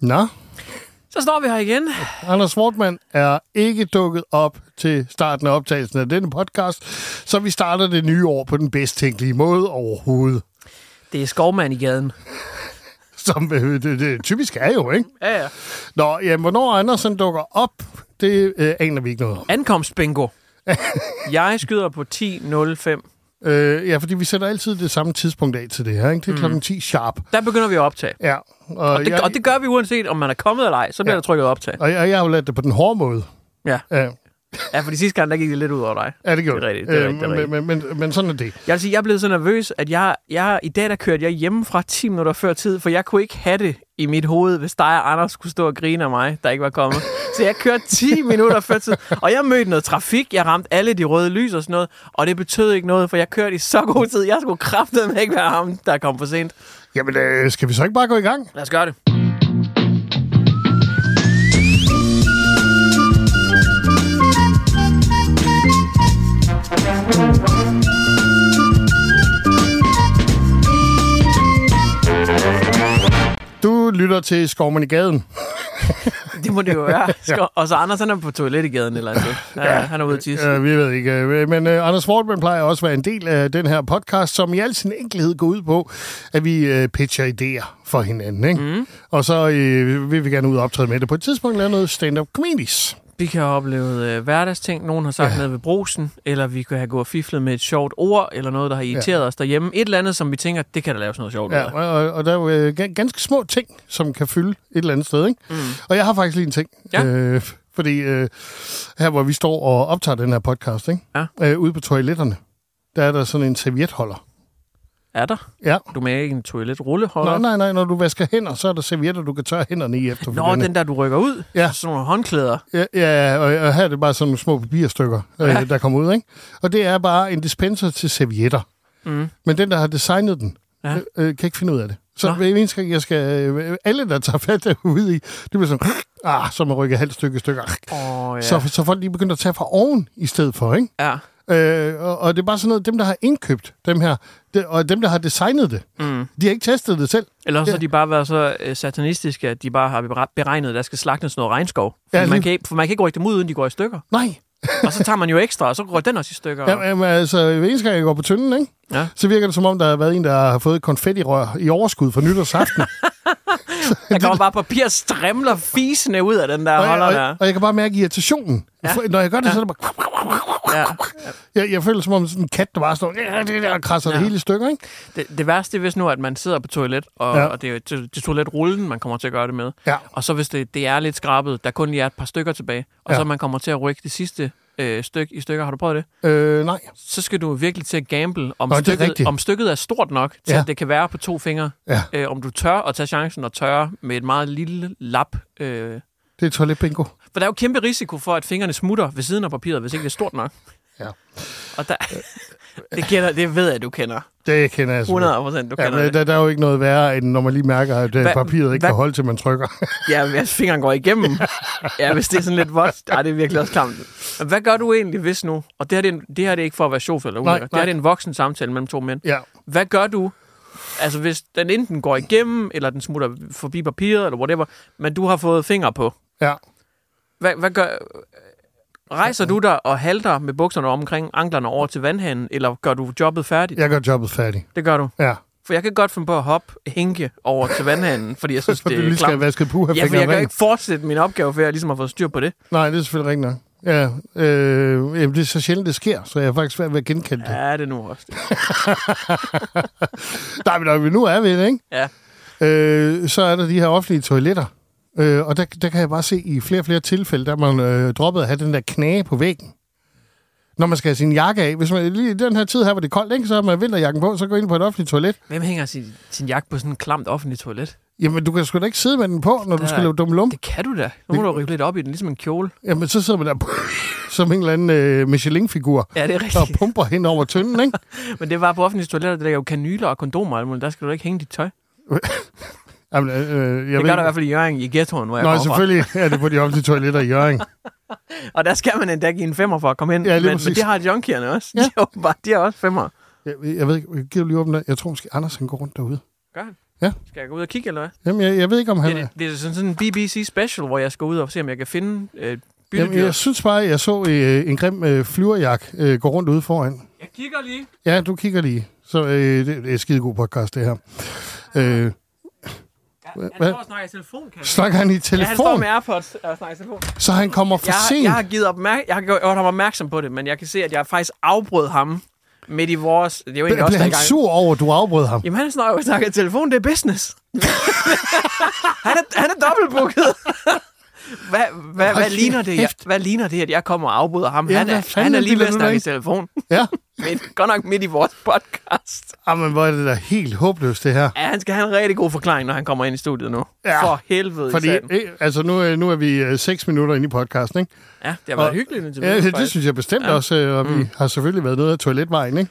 Nå, Så står vi her igen. Anders Wortmann er ikke dukket op til starten af optagelsen af denne podcast, så vi starter det nye år på den bedst tænkelige måde overhovedet, Det er skovmand i gaden. som øh, det, det typisk er jo, ikke? Ja, ja. Nå, jamen, hvornår Andersen dukker op, det øh, aner vi ikke noget om. Ankomst bingo. Jeg skyder på 10.05. Øh, ja, fordi vi sætter altid det samme tidspunkt af til det her, ikke? Det er mm. klokken 10 sharp. Der begynder vi at optage. Ja, og, Og det, jeg, og det gør vi uanset, om man er kommet eller ej. Så bliver Ja. ja. der trykket optag. og jeg, jeg har jo lært det på den hårde måde. Ja. Ja, ja, for de sidste gang, der gik det lidt ud over dig. ja det gjorde Det er rigtigt, det er rigtigt, det er men, men, men, men sådan er det. Jeg vil sige, jeg er blevet så nervøs, at jeg, jeg i dag der kørte jeg hjemmefra 10 minutter før tid, for jeg kunne ikke have det i mit hoved, hvis dig og Anders skulle stå og grine af mig, der ikke var kommet. Så jeg kørte 10 minutter før tid, og jeg mødte noget trafik, jeg ramte alle de røde lys og sådan noget, og det betød ikke noget, for jeg kørte i så god tid, jeg skulle kraftedeme ikke være ham, der kom for sent. Jamen, øh, skal vi så ikke bare gå i gang? Lad os gøre det. Du lytter til Skovman i gaden. Det må det jo være. Skov- Og så Anders, han er på toilet i gaden eller andet. Ja, han er ude at tisse. Ja, vi ved ikke. øh, Men uh, Anders Fortmann plejer også at være en del af den her podcast, som i al sin enkelhed går ud på, at vi uh, pitcher idéer for hinanden. Ikke? Mm. Og så uh, vil vi gerne ud og optræde med det på et tidspunkt, lave noget stand-up comedies. Vi kan have oplevet øh, hverdagsting, nogen har sagt ja. noget ved brusen, eller vi kan have gået og fiflet med et sjovt ord, eller noget, der har irriteret ja. os derhjemme. Et eller andet, som vi tænker, det kan der laves noget sjovt Ja, ja. af. og, og- og der er jo uh, ganske små ting, som kan fylde et eller andet sted. Ikke? Mm. Og jeg har faktisk lige en ting. Ja. Øh, fordi øh, her, hvor vi står og optager den her podcast, ikke? Ja. Øh, ude på toiletterne, der er der sådan en servietholder. Er der? Ja. Du med ikke en toiletrulleholder? Nå, nej, nej, når du vasker hænder, så er der servietter, du kan tørre hænderne i efterfølgende. Nå, den der, du rykker ud. Ja. Sådan nogle håndklæder. Ja, ja og, og her er det bare sådan nogle små papirstykker, ja. øh, der kommer ud, ikke? Og det er bare en dispenser til servietter. Mm. Men den, der har designet den, ja. Ja. øh, øh, kan ikke finde ud af det. Så Nå. hver eneste gang, jeg skal... Øh, alle, der tager fat derude i, det bliver sådan... Ah, så man rykker halvt stykke stykker. Åh, ja. Så, så folk lige begynder at tage fra oven i stedet for, ikke? Ja. Øh, og, og det er bare sådan noget, dem, der har indkøbt dem her, det, og dem, der har designet det, mm. de har ikke testet det selv. Eller så Ja. har de bare været så øh, satanistiske, at de bare har bere- beregnet, at der skal slagtes noget regnskov. Ja, Ja, lige- man kan, ikke- for man kan ikke rykke dem ud, uden de går i stykker. Nej, Og så tager man jo ekstra, og så går den også i stykker. Ja, Jamen, altså, hver eneste gang jeg går på tynden, ikke? Ja. så virker det som om, der har været en, der har fået et konfettirør i overskud for nytårsaften. Der kommer bare papir strimler fisende ud af den der og, jeg, holder og, der. jeg, og jeg kan bare mærke irritationen. Ja. Ja. Når jeg gør det, ja. så er det bare... Ja. Jeg, jeg føler som om sådan en kat, der bare står... "Ja, Det der og krasser ja. det hele i stykker, ikke? Det, det værste er hvis nu, at man sidder på toilet, og, Ja. ja. og det er jo til, til toiletrullen, man kommer til at gøre det med. Ja. Og så hvis det, det er lidt skrabet, der kun lige er et par stykker tilbage, og Ja. ja. så man kommer til at rykke det sidste øh, stykke i stykker, har du prøvet det? Øh, nej. Så skal du virkelig til at gamble, om, Nå, det er stykket, rigtigt. om stykket er stort nok, til Ja. ja. at det kan være på to fingre. Ja. Øh, om du tør at tage chancen og tørre med et meget lille lap. Øh. Det er toiletbingo. For der er jo kæmpe risiko for, at fingrene smutter ved siden af papiret, hvis ikke det er stort nok. Ja. Og der, det, kender, det ved jeg, du kender. Det kender jeg 100 procent, du Ja, kender men det. der, der er jo ikke noget værre, end når man lige mærker, at hva, Hvad- papiret ikke hvad- kan holde til, man trykker. Ja, hvis fingeren går igennem. Ja, hvis det er sådan lidt vådt. Nej, det er virkelig også klamt. Men hvad gør du egentlig, hvis nu... Og det her, det er, en, det her det er ikke for at være sjov eller Nej, ulækker. Det nej. her det er en voksen samtale mellem to mænd. ja. Hvad gør du, altså hvis den enten går igennem, eller den smutter forbi papiret, eller whatever, men du har fået fingre på. ja. Hvad, hvad gør... Rejser du dig og halter med bukserne omkring anklerne over til vandhanen, eller gør du jobbet færdigt? Jeg gør jobbet færdig. Det gør du. Ja. For jeg kan godt finde på at hoppe hænke over til vandhanen, fordi jeg synes, For det du er lige skal klamt. have vasket puha Ja, for jeg kan ikke fortsætte min opgave, før jeg ligesom har fået styr på det. Nej, det er selvfølgelig rigtigt nok. Ja, øh, jamen, det er så sjældent, det sker, så jeg har faktisk svært ved at genkende det. Ja, det er nu også det. Nej, men når vi nu er ved det, ikke? Ja. Øh, så er der de her offentlige toiletter. Øh, og der, der kan jeg bare se i flere og flere tilfælde, der er man øh, droppet at have den der knage på væggen. Når man skal have sin jakke af. Hvis man lige i den her tid her, hvor det er koldt, ikke? så har man vinterjakken på, så går ind på et offentligt toilet. Hvem hænger sin, sin jakke på sådan en klamt offentlig toilet? Jamen, du kan sgu da ikke sidde med den på, når du Der- skal lave dumme lum. Det kan du da. Nu må du rive lidt op i den, ligesom en kjole. Jamen, så sidder man der som en eller anden øh, Michelin-figur. Ja, det er Og rigtigt. pumper hen over tynden, ikke? Men det var på offentlige toiletter, der er jo kanyler og kondomer og alt muligt. Der skal du da ikke hænge dit tøj. Jamen, øh, øh, jeg ved det gør der i ikke- hvert fald i Jørgen i ghettoen, hvor jeg Nå, kommer fra. selvfølgelig er det på de offentlige toiletter i Jørgen. Og der skal man endda give en femmer for at komme ind. Ja, lige men, men præcis. det har junkierne også. Ja. Ja. De, er åbenbart, de har også femmer. Jeg, jeg ved ikke, giver du lige åbne den? Jeg tror måske, Anders han går rundt derude. Gør han? Ja. Skal jeg gå ud og kigge, eller hvad? Jamen, jeg, jeg ved ikke, om han Det, er... er- det er sådan, sådan en BBC special, hvor jeg skal ud og se, om jeg kan finde øh, Jamen, byttedyr. jeg synes bare, at jeg så øh, en grim øh, flyverjak øh, gå rundt ude foran. Jeg kigger lige. Ja, du kigger lige. Så øh, det, det er et skidegod podcast, det her. Øh, Han står og snakker i telefon, kan snakker han i Ja, han står telefon, med AirPods og snakker i telefon. så han kommer for Jeg, har- sent? jeg har givet opmærk- jeg har gjort gjort ham opmærksom på det, men jeg kan se, at jeg faktisk afbrød ham midt i vores... Det er jo egentlig Blev også han dengang. sur over, at du afbrød ham? Jamen, han snakker, snakker i telefon. Det er business. han, er, han er dobbeltbooket. hvad, hvad, Hold hvad, ligner det, jeg, kæft. hvad ligner det, at jeg kommer og afbryder ham? Ja, han, hvad er, fanden han er er det, lige ved der at nu, snakke i ikke? telefon. Ja. Men godt nok midt i vores podcast. Jamen, hvor er det da helt håbløst, det her. Ja, han skal have en rigtig god forklaring, når han kommer ind i studiet nu. Ja, For helvede Fordi, Fordi... i satan. øh, altså, nu, øh, nu er vi øh, seks minutter inde i podcasten, ikke? Ja, det har været og- hyggeligt indtil Ja, videre, det, det faktisk. synes jeg bestemt ja. også, øh, og mm. vi har selvfølgelig været nede af toiletvejen, ikke?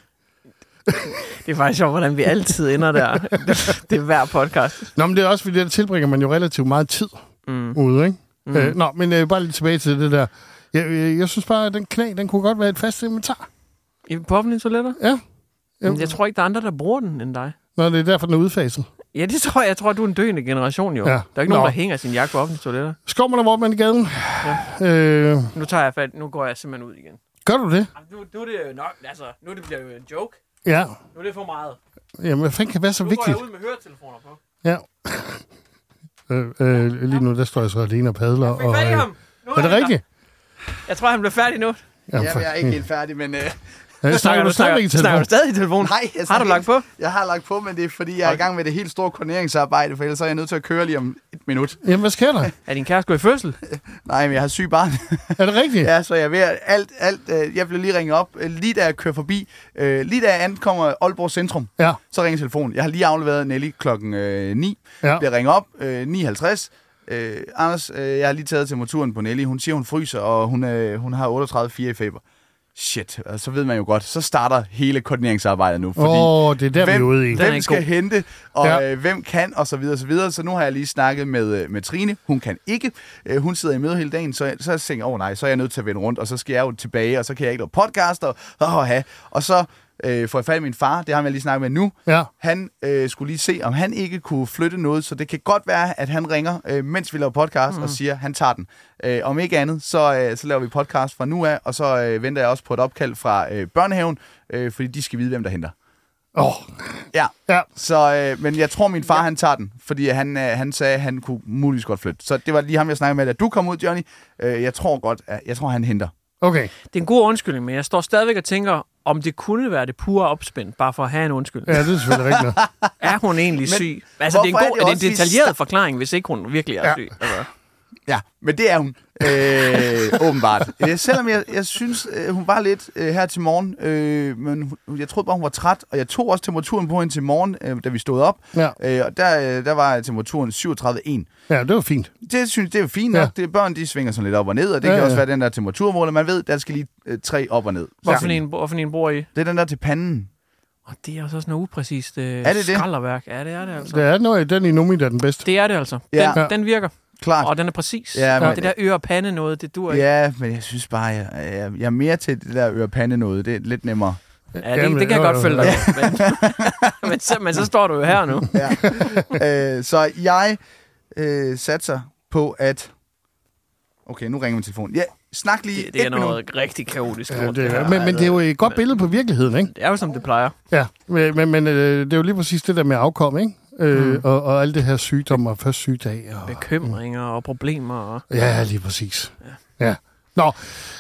Det er faktisk sjovt, hvordan vi altid ender der. det, det er hver podcast. Nå, men det er også, fordi der tilbringer man jo relativt meget tid mm. ude, ikke? Mm. Øh, nå, men øh, bare lige tilbage til det der. Jeg, jeg, jeg synes bare, at den knæ, den kunne godt være et fast inventar. I på offentlige toiletter? Ja. Jamen, jeg tror ikke, der er andre, der bruger den end dig. Nå, det er derfor, den er udfaset. Ja, det tror jeg. Jeg tror, du er en døende generation, jo. Ja. Ja. Der er ikke nogen, Nå. der hænger sin jakke på offentlige toiletter. Skår man hvor man i gaden? Ja. Øh, Nu tager jeg fat. Nu går jeg simpelthen ud igen. gør du det? Nu, nu er det jo nok. Altså, nu det bliver jo en joke. Ja. Nu er det for meget. Jamen, hvad fanden kan være så vigtigt? ud med høretelefoner på. Ja. øh, øh, lige nu, der står jeg så alene og padler. Og, øh, er Nu det rigtigt? Jeg tror, han bliver færdig nu. Jamen, Jamen, jeg er ikke helt færdig, men... Øh, Ja, snakker du stadigvæk i snakker telefon? du stadig i telefonen? nej, jeg Har du lagt på? Jeg har lagt på, men det er fordi, jeg er i gang med det helt store koordineringsarbejde, for ellers er jeg nødt til at køre lige om et minut. Jamen, hvad sker der? Er din kæreste gået i fødsel? Nej, men jeg har syg barn. Er det rigtigt? ja, så jeg er ved at- alt, alt. Øh, jeg blev lige ringet op, øh, lige da jeg kører forbi. Øh, lige da jeg ankommer Aalborg Centrum, Ja. så ringer telefonen. Jeg har lige afleveret Nelly klokken øh, 9. Ja. Bliver ringet op, øh, 9.50. Øh, Anders, øh, jeg har lige taget temperaturen på Nelly. Hun siger, hun fryser, og hun, øh, hun har 38,4 i feber. Shit, og så ved man jo godt, så starter hele koordineringsarbejdet nu. Fordi Åh, det er der, vi er ude i. Den er Hvem ikke skal god. hente, og Ja. ja. øh, hvem kan, og så videre, så videre. Så nu har jeg lige snakket med, øh, med Trine. Hun kan ikke. Øh, hun sidder i møde hele dagen, så, så jeg tænker, åh oh, nej, så er jeg nødt til at vende rundt, og så skal jeg jo tilbage, og så kan jeg ikke lave podcast, og, oh, ha. og så øh, får jeg fat i min far, det har jeg lige snakket med nu. Ja. Han øh, skulle lige se, om han ikke kunne flytte noget, så det kan godt være, at han ringer, øh, mens vi laver podcast, mm. og siger, han tager den. Øh, om ikke andet, så, øh, så laver vi podcast fra nu af, og så øh, venter jeg også på et opkald fra øh, børnehaven, øh, fordi de skal vide, hvem der henter. Åh, Ja. ja. Så, øh, men jeg tror, min far, ja. han tager den, fordi han, øh, han sagde, at han kunne muligvis godt flytte. Så det var lige ham, jeg snakkede med, da du kom ud, Johnny. Øh, jeg tror godt, at jeg tror, han henter. Okay. Det er en god undskyldning, men jeg står stadigvæk og tænker, om det kunne være det pure opspænd, bare for at have en undskyldning. Ja, det er selvfølgelig rigtigt. nok. Er hun egentlig men syg? Altså, det er en, hvorfor er god, det det er en også, vi detaljeret sta- forklaring, hvis ikke hun virkelig er Ja. syg. Altså, Ja, men det er hun. Øh, åbenbart. Øh, selvom jeg, jeg synes, øh, hun var lidt øh, her til morgen, øh, men hun, jeg troede bare, hun var træt, og jeg tog også temperaturen på hende til morgen, øh, da vi stod op, Ja. øh, og der, øh, der var temperaturen 37,1. Ja, det var fint. Det synes det er jo fint nok. Det, børn, de svinger sådan lidt op og ned, og det Ja, ja, kan ja. også være den der temperaturmåler. Man ved, der skal lige øh, tre op og ned. Hvorfor en, hvorfor en bor I? Det er den der til panden. Og det er altså også noget upræcist øh, Er det det? skralderværk. Ja, det er det altså. Det er noget, den i Nomi, der er den bedste. Det er det altså. Den, Ja. ja. den virker, Klart. og den er præcis. Ja, Ja, men- men, det der øre og pande noget, det dur ikke. Ja, men jeg synes bare, jeg, jeg, jeg er mere til det der ørepande noget. Det er lidt nemmere. Ja, det, Jamen, det kan jeg jo, godt jo, følge dig. jo. Men, men, så, men så står du jo her nu. Ja. øh, så jeg øh, satser på, at... Okay, nu ringer min telefon. Ja, snak lige Det, det er et minut. noget rigtig kaotisk. Ja, lort, det er, her. altså. men, men det er jo et godt Men- billede på virkeligheden, ikke? Det er jo, som det plejer. Ja, men, men, men øh, det er jo lige præcis det der med afkom, ikke? Mm. Øh, og, og alle det her sygdom og først sygdag. Og, Bekymringer og problemer. Og... ja, lige præcis. Ja. Nå,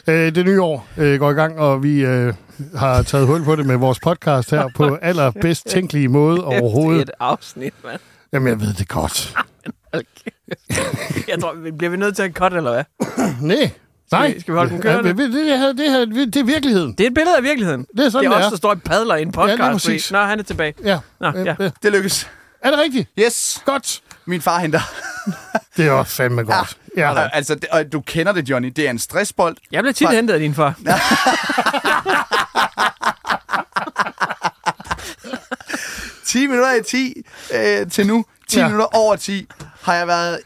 øh, det nye år øh, går i gang, og vi øh, har taget hul på det med vores podcast her på allerbedst tænkelige måde overhovedet. Et afsnit, mand. Jamen, jeg ved det godt. Hold kæft. Jeg tror, vi bliver vi nødt til at cut, eller hvad? Nej, nej. vi- skal vi holde den kørende? Ja, men det, det, her, det, her, det er virkeligheden. Det er et billede af virkeligheden. Det er sådan, det er det også, er. der står i padler i en podcast. lige præcis. fordi- Nå, han er tilbage. Ja. Nå, Øh, ja. øh, Det lykkes. Er det rigtigt? Yes, Godt. min far henter. Det var fandme godt. Ah. Ja. ja. Altså, det, og du kender det, Johnny. Det er en stressbold. Jeg bliver tit Fuck. hentet af din far. Ja. 10 minutter i 10 øh, til nu. 10 Ja. ja. minutter over 10 har jeg været...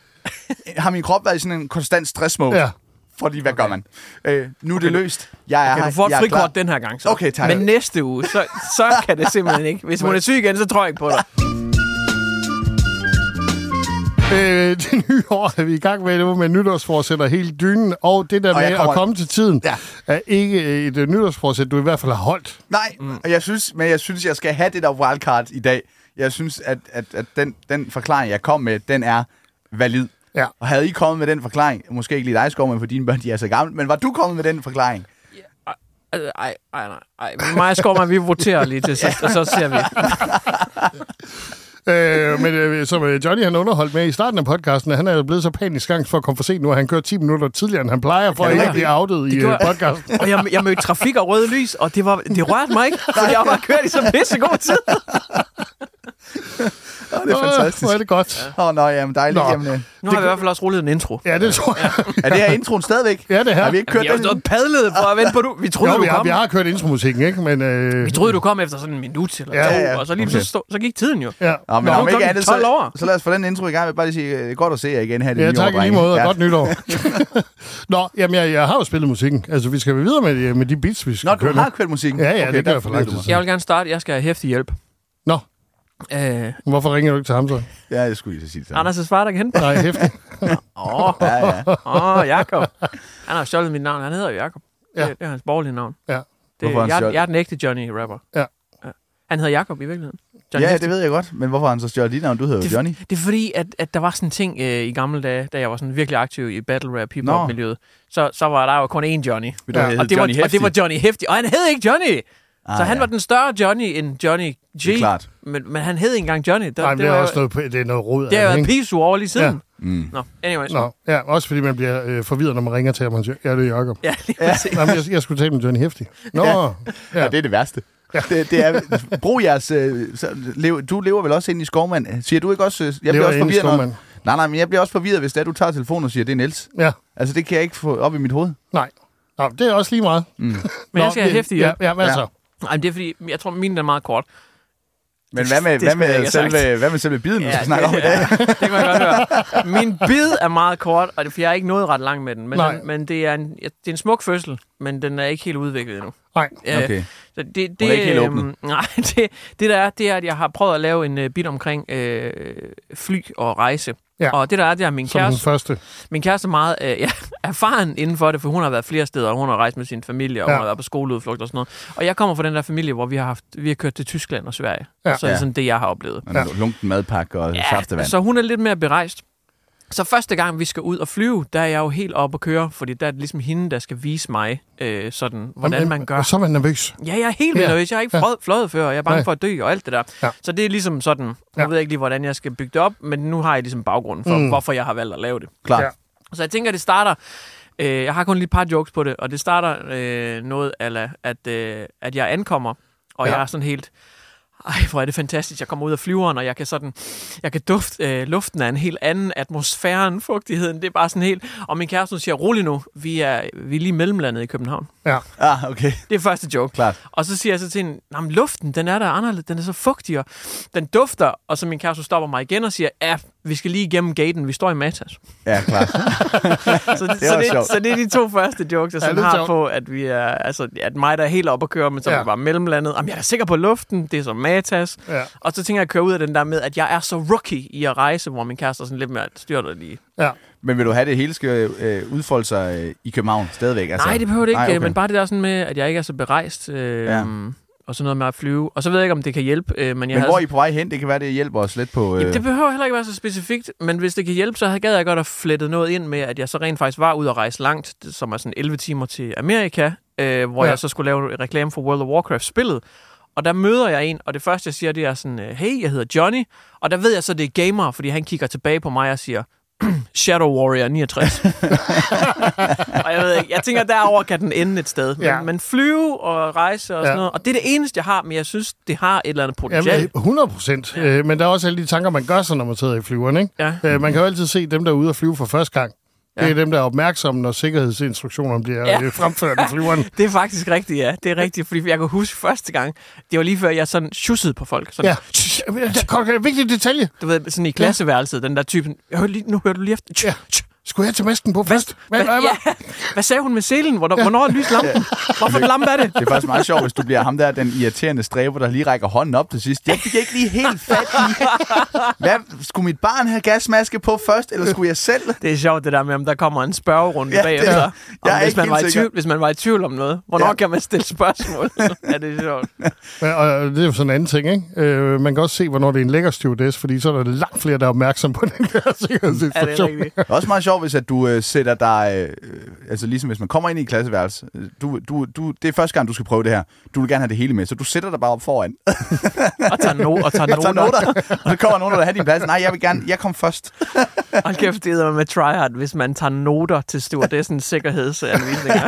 Har min krop været i sådan en konstant stressmode. ja. Ja. Fordi, hvad okay. gør man? Øh, nu er det løst. Jeg er Kan her. du få et Jeg er klar. frikort den her gang, så? Okay, tak. Men næste uge, så, så kan det simpelthen ikke. Hvis hun er syg igen, så tror jeg ikke på dig. Øh, det nye år er vi i gang med, det var med nytårsforsæt og hele dynen, og det der Og jeg med kommer- at komme til tiden, Ja. er ikke øh, et øh, nytårsforsæt, du i hvert fald har holdt. Nej, mm. og jeg synes, men jeg synes, jeg skal have det der wildcard i dag. Jeg synes, at, at, at den, den forklaring, jeg kom med, den er valid. Ja. Og havde I kommet med den forklaring, måske ikke lige dig, Skov, men for dine børn, de er så gamle, men var du kommet med den forklaring? Altså, Ej, ej, nej. Ej, mig og Skorman, vi voterer lige til, så, og så ser vi. Øh, men øh, som øh, Johnny han underholdt med i starten af podcasten, at han er jo blevet så panisk angst for at komme for sent nu, at han kører 10 minutter tidligere, end han plejer, for det at ikke være? blive outet i øh, gjorde jeg. podcasten. Og jeg, jeg mødte trafik og røde lys, og det, var, det rørte mig ikke, for jeg var kørt i så pissegod tid. Åh, det er fantastisk. Øh, hvor er Åh, det godt. ja. oh, nej, jamen dejligt. Nå. Jamen, øh. Nu har vi i hvert fald også rullet en intro. Ja, det tror jeg. er det her introen stadigvæk? Ja, det er her. Har vi ikke kørt Vi har jo den? stået padlet for at vente på, du. Vi troede, Jo, du vi har, kom. vi har kørt intromusikken, ikke? Men, øh, Vi troede, du kom efter sådan en minut eller Ja, ja, to, ja. ja. og så lige Okay. okay. så, stå, så gik tiden jo. Ja. Nå, men Nå, om ikke klokken andet, 12 så, over. så lad os få den intro i gang. Jeg vil bare lige sige, øh, godt at se jer igen her i det Ja, nye år, tak i lige drenge. måde, og Ja. godt nytår. Nå, jamen, jeg, jeg har jo spillet musikken. Altså, vi skal videre med, de- med de beats, vi skal Nå, køre du nu. har kørt musikken? Ja, ja, det gør der jeg for forlod lang du tid mig. Jeg siden. vil gerne starte. Jeg skal have hæftig hjælp. Nå, Øh, hvorfor ringer du ikke til ham så? Ja, jeg skulle lige så sige det samme. Anders' far, der kan hente mig. Nej, hæftigt. Åh, Ja, ja. åh, Jakob. Han har stjålet mit navn. Han hedder jo Jakob. Ja. Ja. Det, det er hans borgerlige navn. Ja. Det, Hvorfor har han jeg, stjålet? jeg, jeg er den ægte Johnny Rapper. Ja. Han hedder Jakob i virkeligheden. Johnny Ja, Heftig. det ved jeg godt. Men hvorfor har han så stjålet dit navn? Du hedder jo Det- Johnny. Det er fordi, at, at der var sådan en ting øh, i gamle dage, da jeg var sådan virkelig aktiv i battle rap Nå. hip-hop-miljøet. Så, så var der jo kun én Johnny. Vil du Ja. hedde Og det, var, Johnny og det var Johnny Heftig. Og han hed ikke Johnny! Ah, så han ja. var den større Johnny end Johnny G. Det er klart. Men, men han hed ikke engang Johnny. Der, Nej, men det er var- også noget, det er noget rod. Det har af jeg været ikke? pisu over lige siden. Ja. Ja. Mm. Nå, anyways. Nå, ja, også fordi man bliver øh, forvirret, når man ringer til ham. og siger, Ja, det er Jacob. Ja, lige ja. Nej, men jeg, jeg skulle tale med Johnny Hæftig. Nå, Ja. ja. Ja, det er det værste. Ja. Det, det er, brug jeres... Øh, så, lev, du lever vel også inde i skovmand? Siger du ikke også... øh, Jeg Lever bliver også inde i forvirret. når- skovmand. Nej, nej, men jeg bliver også forvirret, hvis det er, du tager telefonen og siger, det er Niels. ja. Altså, det kan jeg ikke få op i mit hoved. Nej. Nå, det er også lige meget. Men Men jeg skal have hæftig Ja, hjælp. ja, hvad Ja. så? Nej, men det er fordi, jeg tror, min er meget kort. Men hvad med, Det hvad skulle jeg ikke med, have selve, hvad med selve biden, ja, du skal snakke om i dag? ja, det kan jeg godt høre. Min bid er meget kort, og det, for jeg er ikke nået ret langt med den. Men, Nej. den, men det, er en, ja, det er en smuk fødsel, men den er ikke helt udviklet endnu. Nej. Øh, Okay. Så det, det, ikke helt øhm, åbnet. Nej, det, det der er, det er, at jeg har prøvet at lave en uh, bit omkring øh, fly og rejse. Ja. Og det der er, det er at min Som den kæreste. første. Min kæreste er meget øh, ja, erfaren inden for det, for hun har været flere steder, og hun har rejst med sin familie, og Ja. ja. hun har været på skoleudflugt og sådan noget. Og jeg kommer fra den der familie, hvor vi har, haft, vi har kørt til Tyskland og Sverige. Ja. Ja. Så det er Ja. sådan det, jeg har oplevet. Ja. Lunken madpakke og ja, saftevand. så hun er lidt mere berejst. Så første gang, vi skal ud og flyve, der er jeg jo helt oppe at køre, fordi der er det ligesom hende, der skal vise mig, øh, sådan, hvordan man gør. Og så er man nervøs. Ja, jeg er helt vildt Ja. nervøs. Jeg har ikke Ja. fløjet, fløjet før, og jeg er bange Nej. for at dø og alt det der. Ja. Så det er ligesom sådan, nu Ja. ved jeg ikke lige, hvordan jeg skal bygge det op, men nu har jeg ligesom baggrunden for, Mm. mm. hvorfor jeg har valgt at lave det. Klart. Ja. Så jeg tænker, det starter... Øh, jeg har kun lige et par jokes på det, og det starter øh, noget af, at, øh, at jeg ankommer, og Ja. ja. jeg er sådan helt... Ej, hvor er det fantastisk. Jeg kommer ud af flyveren, og jeg kan sådan... Jeg kan dufte øh, luften af en helt anden atmosfæren, fugtigheden. Det er bare sådan helt... Og min kæreste hun siger, rolig nu, vi er, vi er lige mellemlandet i København. Ja. Ah, okay. Det er første joke. Klart. Og så siger jeg så til hende, "Nå, men luften, den er der anderledes, den er så fugtig, og den dufter. Og så min kæreste stopper mig igen og siger, ja, vi skal lige igennem gaten, vi står i Matas. Ja, klart. Så det, var så, sjovt. det, så det er de to første jokes, jeg Ja, sådan det er har sjovt. på, at vi er, altså, at mig, der er helt oppe at køre, men så Ja. ja. var mellemlandet. Jamen, jeg er da sikker på luften, det er som Matas. Ja. Og så tænker jeg at køre ud af den der med, at jeg er så rookie i at rejse, hvor min kæreste er sådan lidt mere styrtet lige. ja. Men vil du have det hele skal øh, udfolde sig øh, i København stadigvæk? Altså, nej, det behøver det ikke, nej, nej, okay. okay. men bare det der sådan med, at jeg ikke er så berejst. Øh, Ja. ja. Og sådan noget med at flyve. Og så ved jeg ikke, om det kan hjælpe, øh, men jeg Men havde hvor er I på vej hen? Det kan være, det hjælper os lidt på... Øh... Jamen, det behøver heller ikke være så specifikt, men hvis det kan hjælpe, så havde- gad jeg godt at flette noget ind med, at jeg så rent faktisk var ude og rejse langt, det- som er sådan 11 timer til Amerika, øh, hvor Ja. ja. jeg så skulle lave en reklame for World of Warcraft-spillet. Og der møder jeg en, og det første, jeg siger, det er sådan, øh, hey, jeg hedder Johnny. Og der ved jeg så, det er gamer, fordi han kigger tilbage på mig og siger, Shadow Warrior 69. og jeg ved ikke, jeg tænker, derover kan den ende et sted. Ja. Men, men flyve og rejse og Ja. sådan noget, og det er det eneste, jeg har, men jeg synes, det har et eller andet potentiale. Jamen, 100 procent. Øh, men der er også alle de tanker, man gør sig, når man sidder i flyveren. Ikke? Ja. Øh, man kan jo altid se dem, der er ude og flyve for første gang. Ja. Det er dem, der er opmærksomme, når sikkerhedsinstruktionerne bliver Ja. ja. fremført i flyveren. Det er faktisk rigtigt, ja. Det er rigtigt, fordi jeg kan huske første gang, det var lige før jeg sådan sjussede på folk. Sådan, Ja. ja. Der kommer en vigtig detalje. Du ved, sådan i klasseværelset, den der typen, "Jeg hørte lige, nu hører du lige efter. Tch, Ja. tch. Skulle jeg tage masken på først? Hvad, hvad, hvad? Ja. Hvad sagde hun med selen? Hvornår, hvornår er lyslampen? Hvorfor en lampe er det? Det er faktisk meget sjovt, hvis du bliver ham der, den irriterende stræber, der lige rækker hånden op til sidst. Jeg fik ikke lige helt fat i. Hvad, skulle mit barn have gasmaske på først, eller skulle jeg selv? Det er sjovt det der med, om der kommer en spørgerunde Ja, ja, det- bagefter. jeg Ja. er ikke hvis, man helt var i sikker. tvivl, hvis man var i tvivl om noget. Hvornår Ja. ja. kan man stille spørgsmål? ja, det er sjovt. Ja, og det er jo sådan en anden ting, ikke? Øh, man kan også se, hvornår det er en lækker stewardess, fordi så er der langt flere, der er opmærksom på den der Ja, det er sikkerhedsinstruktion. rigtigt. Det er også meget sjovt, hvis at du øh, sætter dig... Øh, altså ligesom hvis man kommer ind i et klasseværelse. øh, Du, du, du, det er første gang, du skal prøve det her. Du vil gerne have det hele med, så du sætter dig bare op foran. Og tager, no- og tager Jeg tager noter. noter, og så kommer nogen, der vil have din plads. Nej, jeg vil gerne... Jeg kom først. Hold kæft, det er med tryhard, hvis man tager noter til stewardessens sikkerhedsanvisninger.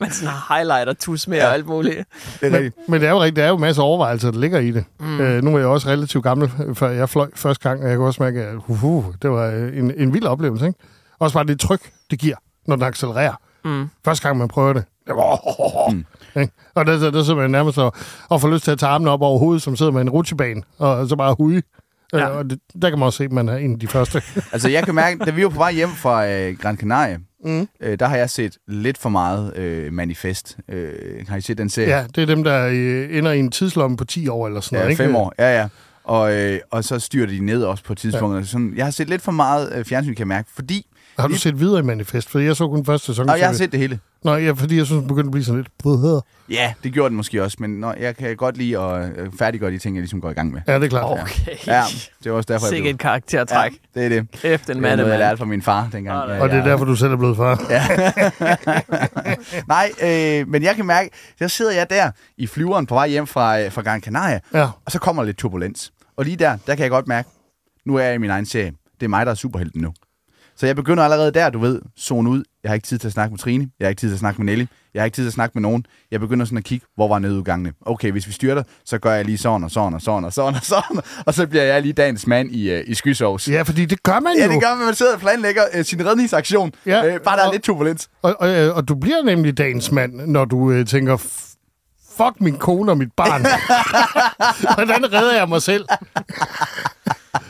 man sådan har highlighter, tus med og alt muligt. Det er rigtigt. Men det er jo rigtigt, der er jo masser af overvejelser, der ligger i det. Mm. Øh, nu er jeg også relativt gammel, øh, før jeg fløj første gang, og jeg kunne også mærke, at uh, uh, det var øh, en, en vild oplevelse. Ikke? Også bare det tryk, det giver, når den accelererer. Mm. Første gang, man prøver det. det var, mm. ikke? Og der, der, der sidder man nærmest og, og får lyst til at tage armene op over hovedet, som sidder med en rutsjebane, og så bare huge. Ja. Ja. Øh, og det, der kan man også se, at man er en af de første. Altså, jeg kan mærke, da vi var på vej hjem fra øh, Gran Canaria, mm. øh, der har jeg set lidt for meget øh, Manifest. Øh, har I set den serie? ja, det er dem, der øh, ender i en tidslomme på 10 år eller sådan Ja, noget. ikke? fem år. Ja, ja. Og, øh, og så styrer de ned også på et tidspunkt. Ja. Sådan, jeg har set lidt for meget øh, fjernsyn, kan jeg mærke, fordi... Har du set videre i Manifest? For jeg så kun første sæson. Og jeg har så- set det hele. Nå, ja, fordi jeg synes, den begyndte at blive sådan lidt brødheder. Ja, det gjorde den måske også, men nå, jeg kan godt lide at øh, færdiggøre de ting, jeg ligesom går i gang med. Ja, det er klart. Okay. Okay. Ja, det var også derfor, Sikke jeg et karaktertræk. blev... Ja, det er det. Kæft, en Det er mand, noget, jeg mand. lærte fra min far dengang. Ja, Og det er ja. derfor, du selv er blevet far. Ja. Nej, øh, men jeg kan mærke, der sidder jeg der i flyveren på vej hjem fra, øh, fra Gran Canaria, Ja. og så kommer lidt turbulens. Og lige der, der kan jeg godt mærke, nu er jeg i min egen serie. Det er mig, der er superhelten nu. Så jeg begynder allerede der, du ved, zone ud. Jeg har ikke tid til at snakke med Trine. Jeg har ikke tid til at snakke med Nelly. Jeg har ikke tid til at snakke med nogen. Jeg begynder sådan at kigge, hvor var nødudgangene? Okay, hvis vi styrter, så gør jeg lige sådan og sådan og sådan og sådan og sådan. Og så bliver jeg lige dagens mand i, øh, i skysovs. ja, fordi det gør man Ja, jo. det gør man, man sidder og planlægger øh, sin redningsaktion. Ja. Øh, bare der er Og- lidt turbulens. Og, og, øh, og du bliver nemlig dagens mand, når du øh, tænker, "F- fuck min kone og mit barn. Hvordan redder jeg mig selv?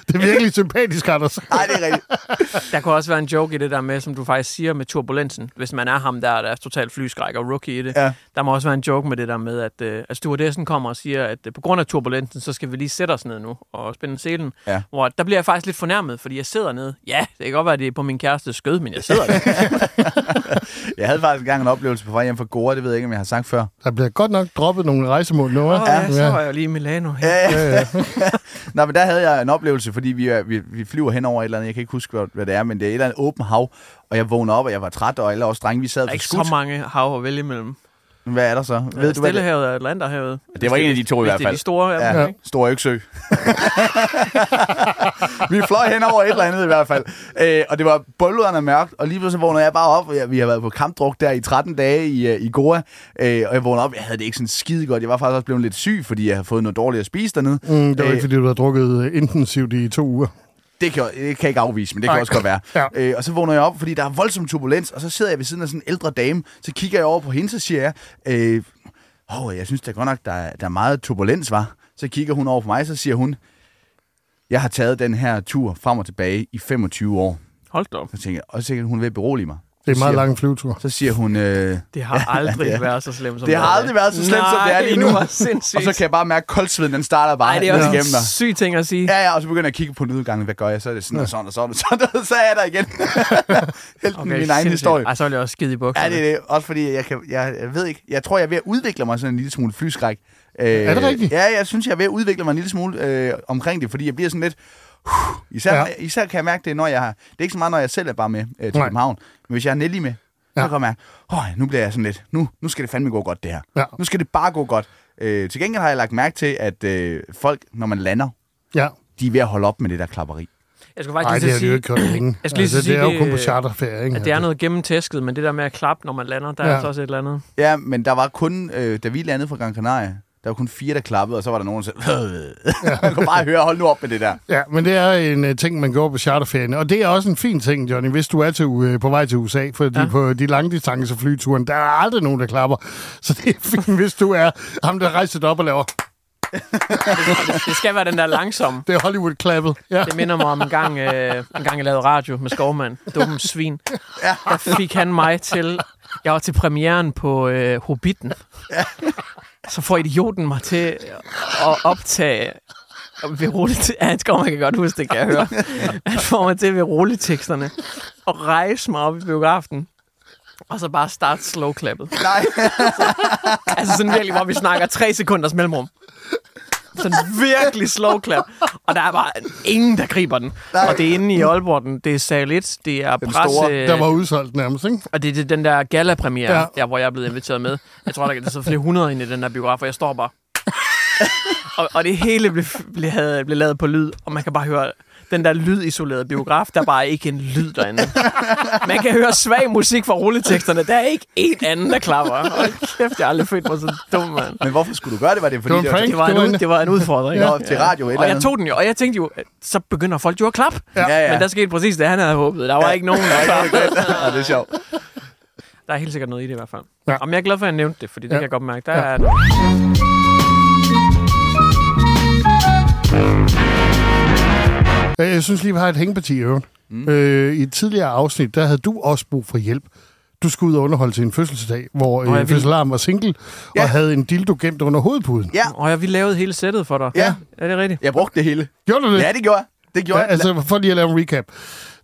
det er virkelig sympatisk, Anders. Nej, det er rigtigt. Der kunne også være en joke i det der med, som du faktisk siger med turbulensen. Hvis man er ham der, der er totalt flyskræk og rookie i det. Ja. Der må også være en joke med det der med, at, øh, at stewardessen kommer og siger, at øh, på grund af turbulensen, så skal vi lige sætte os ned nu og spænde selen. Ja. Hvor der bliver jeg faktisk lidt fornærmet, fordi jeg sidder ned. Ja, det kan godt være, at det er på min kærestes skød, men jeg sidder der. Jeg havde faktisk engang en oplevelse på vej hjem fra Goa, det ved jeg ikke, om jeg har sagt før. Der bliver godt nok droppet nogle rejsemål nu, Åh, hva'? ja, så var jeg jo lige i Milano. Ja. Nå, men der havde jeg en oplevelse, fordi vi, er- vi, vi flyver hen over et eller andet, jeg kan ikke huske, hvad, hvad det er, men det er et eller andet åbent hav, og jeg vågner op, og jeg var træt, og alle os drenge, vi sad Der er på ikke skudt. så mange hav at vælge imellem. Hvad er der så? Ved du, hvad det, Stillehavet og Atlanterhavet. det var en af de to i Hvis hvert det er de fald. store af dem, Ja, ikke? Stor Øksø. vi fløj hen over et eller andet i hvert fald. Øh, og det var bølgerne mørkt, og lige pludselig vågnede jeg bare op. Jeg, vi har været på kampdruk der i 13 dage i, øh, i Goa, øh, og jeg vågnede op. Jeg havde det ikke sådan skide godt. Jeg var faktisk også blevet lidt syg, fordi jeg havde fået noget dårligt at spise dernede. Mm, det var ikke, fordi du har drukket øh, intensivt i to uger. Det kan, det kan jeg ikke afvise, men det kan Nej. også godt være. Ja. Øh, og så vågner jeg op, fordi der er voldsom turbulens, og så sidder jeg ved siden af sådan en ældre dame, så kigger jeg over på hende, så siger jeg, øh, oh, jeg synes da godt nok, der er, der er meget turbulens, var. Så kigger hun over på mig, så siger hun, jeg har taget den her tur frem og tilbage i 25 år. Hold da op. Så tænker jeg, og så tænker hun, hun er ved at berolige mig. Det er en Så siger meget lang flyvetur. Så siger hun, øh, Det har aldrig været så slemt som det har er. aldrig været så slemt, som det er lige nu. Nej, det var sindssygt. og så kan jeg bare mærke, at koldsveden den starter bare Ej, det er ned også igennem dig. en syg ting at sige. Ja, ja, og så begynder jeg at kigge på nødgangen. Hvad gør jeg? Så er det sådan og sådan og sådan og sådan. Og så er jeg der igen. Helt okay, min egen sindssygt. historie. Ej, så vil jeg også skide i bukserne. Ja, det er det. Også fordi, jeg, kan, jeg, jeg ved ikke, jeg tror, jeg er ved at udvikle mig sådan en lille smule flyskræk. Øh, Er det rigtigt? Ja, jeg synes, jeg er ved at udvikle mig en lille smule øh, omkring det, fordi jeg bliver sådan lidt... huh, Især, Ja. ja. især kan jeg mærke det, når jeg har... Det er ikke så meget, når jeg selv er bare med øh, til Nej. København. Men hvis jeg har Nelly med, ja. Ja. så kan jeg mærke, oh, nu bliver jeg sådan lidt... Nu, nu skal det fandme gå godt, det her. Ja. Nu skal det bare gå godt. Øh, til gengæld har jeg lagt mærke til, at øh, folk, når man lander, Ja. de er ved at holde op med det der klapperi. Jeg skulle faktisk Nej, Ej, det lige har så de jo sige, ikke gjort længe. Altså, Jeg skulle lige så det sige, er jo det- kun på charterferie, ikke? at det er noget gennemtæsket, men det der med at klappe, når man lander, der ja. er Ja. altså også et eller andet. Ja, men der var kun, øh, da vi landede fra Gran Canaria, der var kun fire, der klappede, og så var der nogen, der sagde, "Øh, man kunne bare høre, hold nu op med det der. Ja, men det er en uh, ting, man går på charterferien. Og det er også en fin ting, Johnny, hvis du er til, uh, på vej til USA. Fordi Ja. ja. på de lange distancer flyturen, der er aldrig nogen, der klapper. Så det er fint, hvis du er ham, der rejser dig op og laver. Det skal være den der langsomme. Det er Hollywood-klappet. Ja. Det minder mig om en gang, øh, en gang jeg lavede radio med Skovmand. Dumme svin. Der fik han mig til... Jeg var til premieren på øh, Hobbiten. Så får idioten mig til at optage ved rullet... Ja, Skovmand kan godt huske det, kan jeg høre. Han får mig til ved rulleteksterne og rejse mig op i biografen. Og så bare starte slowklappet. Nej, Altså sådan virkelig, hvor vi snakker tre sekunders mellemrum. Sådan virkelig slow clap. Og der er bare ingen, der griber den. Nej. Og det er inde i Aalborg, den, det er sal 1, det er Den presse... store, Der var udsolgt nærmest, ikke? Og det er det- den der gala-premiere, ja. Ja. der, hvor jeg er blevet inviteret med. Jeg tror, der er så flere hundrede inde i den der biograf, og jeg står bare... og, og det hele blev, blev, havde, blev lavet på lyd, og man kan bare høre den der lydisolerede biograf, der er bare ikke en lyd derinde. Man kan høre svag musik fra rulleteksterne, der er ikke en anden, der klapper. Hold kæft, jeg har aldrig følt mig så dum, mand. men hvorfor skulle du gøre det? Var det fordi, Det var en prank. Det var, en, Det var ud- en- det var en udfordring. Ja. Nå, til radio et eller og jeg andet. tog den jo, og jeg tænkte jo, at så begynder folk jo at klappe. Ja, ja. Men der skete præcis det, han havde håbet. Der var ikke nogen, der klappede. ja, det er sjovt. Der er helt sikkert noget i det i hvert fald. Ja. Ja. Om jeg er glad for, at jeg nævnte det, fordi det Ja. kan jeg godt mærke. Der Ja. er... Ja, Øh, Jeg synes lige, vi har et hængeparti i øvrigt. Mm. Øh, I et tidligere afsnit, der havde du også brug for hjælp. Du skulle ud og underholde til en fødselsdag, hvor jeg øh, ville. fødselaren var single Ja. ja. og havde en dildo gemt under hovedpuden. Ja, Og jeg vi lavede hele sættet for dig. Ja. Er det rigtigt? jeg brugte det hele. Gjorde du det? Ja, det gjorde jeg. Det gjorde Ja, jeg. altså, for lige at lave en recap. Det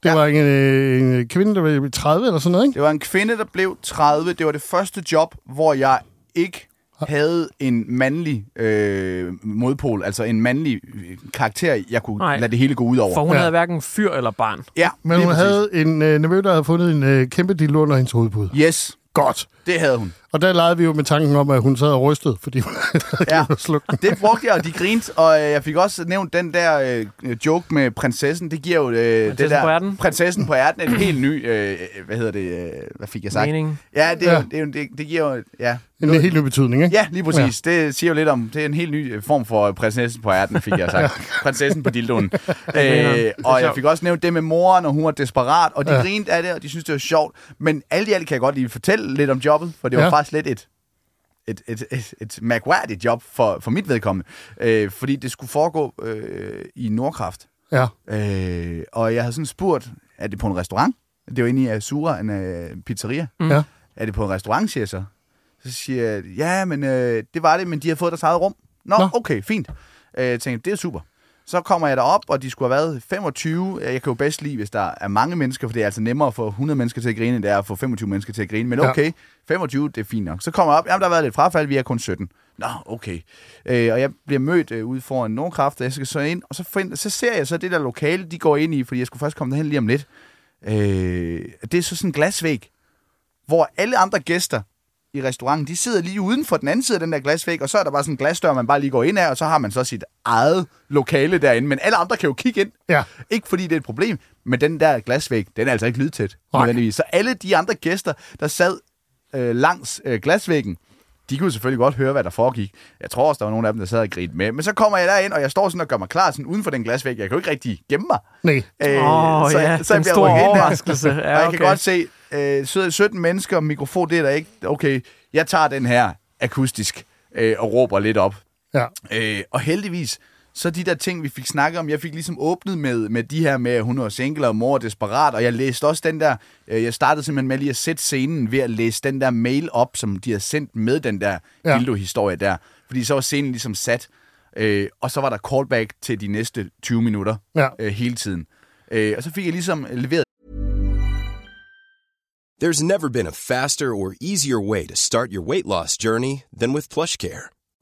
Ja. ja. var en, øh, en kvinde, der var i 30 eller sådan noget, ikke? Det var en kvinde, der blev 30. Det var det første job, hvor jeg ikke havde en mandlig øh, modpol, altså en mandlig øh, karakter, jeg kunne Nej. Nej. lade det hele gå ud over. For hun ja. Ja. havde hverken fyr eller barn. Ja, Men lige hun præcis. havde en øh, nevø, der havde fundet en øh, kæmpe dildo under hendes hovedpude. Yes, Godt. det havde hun. Og der legede vi jo med tanken om, at hun sad og rystede, fordi hun havde Ja. ja. slukke den. Det brugte jeg, og de grinte, og øh, jeg fik også nævnt den der øh, joke med prinsessen. Det giver jo øh, det Prinsessen der, på ærten. prinsessen på ærten en helt ny, øh, hvad hedder det, øh, hvad fik jeg sagt? Mening. Ja, det, er, jo- Ja. det, er jo- det, det giver jo, ja. En helt ny betydning, ikke? Ja, lige præcis. Ja. Det siger jo lidt om, det er en helt ny øh, form for øh, prinsessen på ærten, fik jeg sagt. prinsessen på dildoen. øh, og jeg fik også nævnt det med moren, og hun var desperat, og de ja. grinte af det, og de synes, det var sjovt. Men alt i alt kan jeg godt lige fortælle lidt om jobbet, for det var Ja. faktisk lidt et et, et, et, et mærkværdigt job for, for mit vedkommende. Øh, fordi det skulle foregå øh, i Nordkraft. Ja. Øh, og jeg havde sådan spurgt, er det på en restaurant? Det var inde i Azura, en øh, pizzeria. Mm. ja. Er det på en restaurant, siger jeg så? Så siger jeg, ja, men øh, det var det, men de har fået deres eget rum. Nå, Nå. Nå. okay, fint. Øh, jeg tænkte, det er super. Så kommer jeg derop, og de skulle have været 25. Jeg kan jo bedst lide, hvis der er mange mennesker, for det er altså nemmere at få 100 mennesker til at grine, end det er at få 25 mennesker til at grine. Men Ja. okay, 25, det er fint nok. Så kommer jeg op, jamen der har været lidt frafald, vi er kun 17. Nå, okay. Øh, og jeg bliver mødt øh, ude foran Nordkraft, og jeg skal så ind, og så, find, så ser jeg så det der lokale, de går ind i, fordi jeg skulle først komme derhen lige om lidt. Øh, det er så sådan en glasvæg, hvor alle andre gæster i restauranten, de sidder lige uden for den anden side af den der glasvæg, og så er der bare sådan en glasdør, man bare lige går ind af, og så har man så sit eget lokale derinde. Men alle andre kan jo kigge ind. Ja. Ikke fordi det er et problem, men den der glasvæg, den er altså ikke lydtæt. nødvendigvis. Så alle de andre gæster, der sad øh, langs øh, glasvæggen, de kunne selvfølgelig godt høre, hvad der foregik. Jeg tror også, der var nogle af dem, der sad og grinede med. Men så kommer jeg derind, og jeg står sådan og gør mig klar sådan uden for den glasvæg. Jeg kan jo ikke rigtig gemme mig. Nej. Øh, Åh, ja, så jeg den bliver store rykket ind der. overraskelse. Ja, og jeg kan okay. godt se, øh, sød- 17 mennesker, mikrofon, det er der ikke. Okay, jeg tager den her akustisk øh, og råber lidt op. Ja. Øh, og heldigvis, så de der ting, vi fik snakket om, jeg fik ligesom åbnet med, med de her med, at hun var single, og mor er desperat, og jeg læste også den der, øh, jeg startede simpelthen med lige at sætte scenen ved at læse den der mail op, som de har sendt med den der Ja. ja. dildo-historie der. Fordi så var scenen ligesom sat, øh, og så var der callback til de næste 20 minutter Ja. øh, hele tiden. Øh, og så fik jeg ligesom leveret There's never been a faster or easier way to start your weight loss journey than with PlushCare.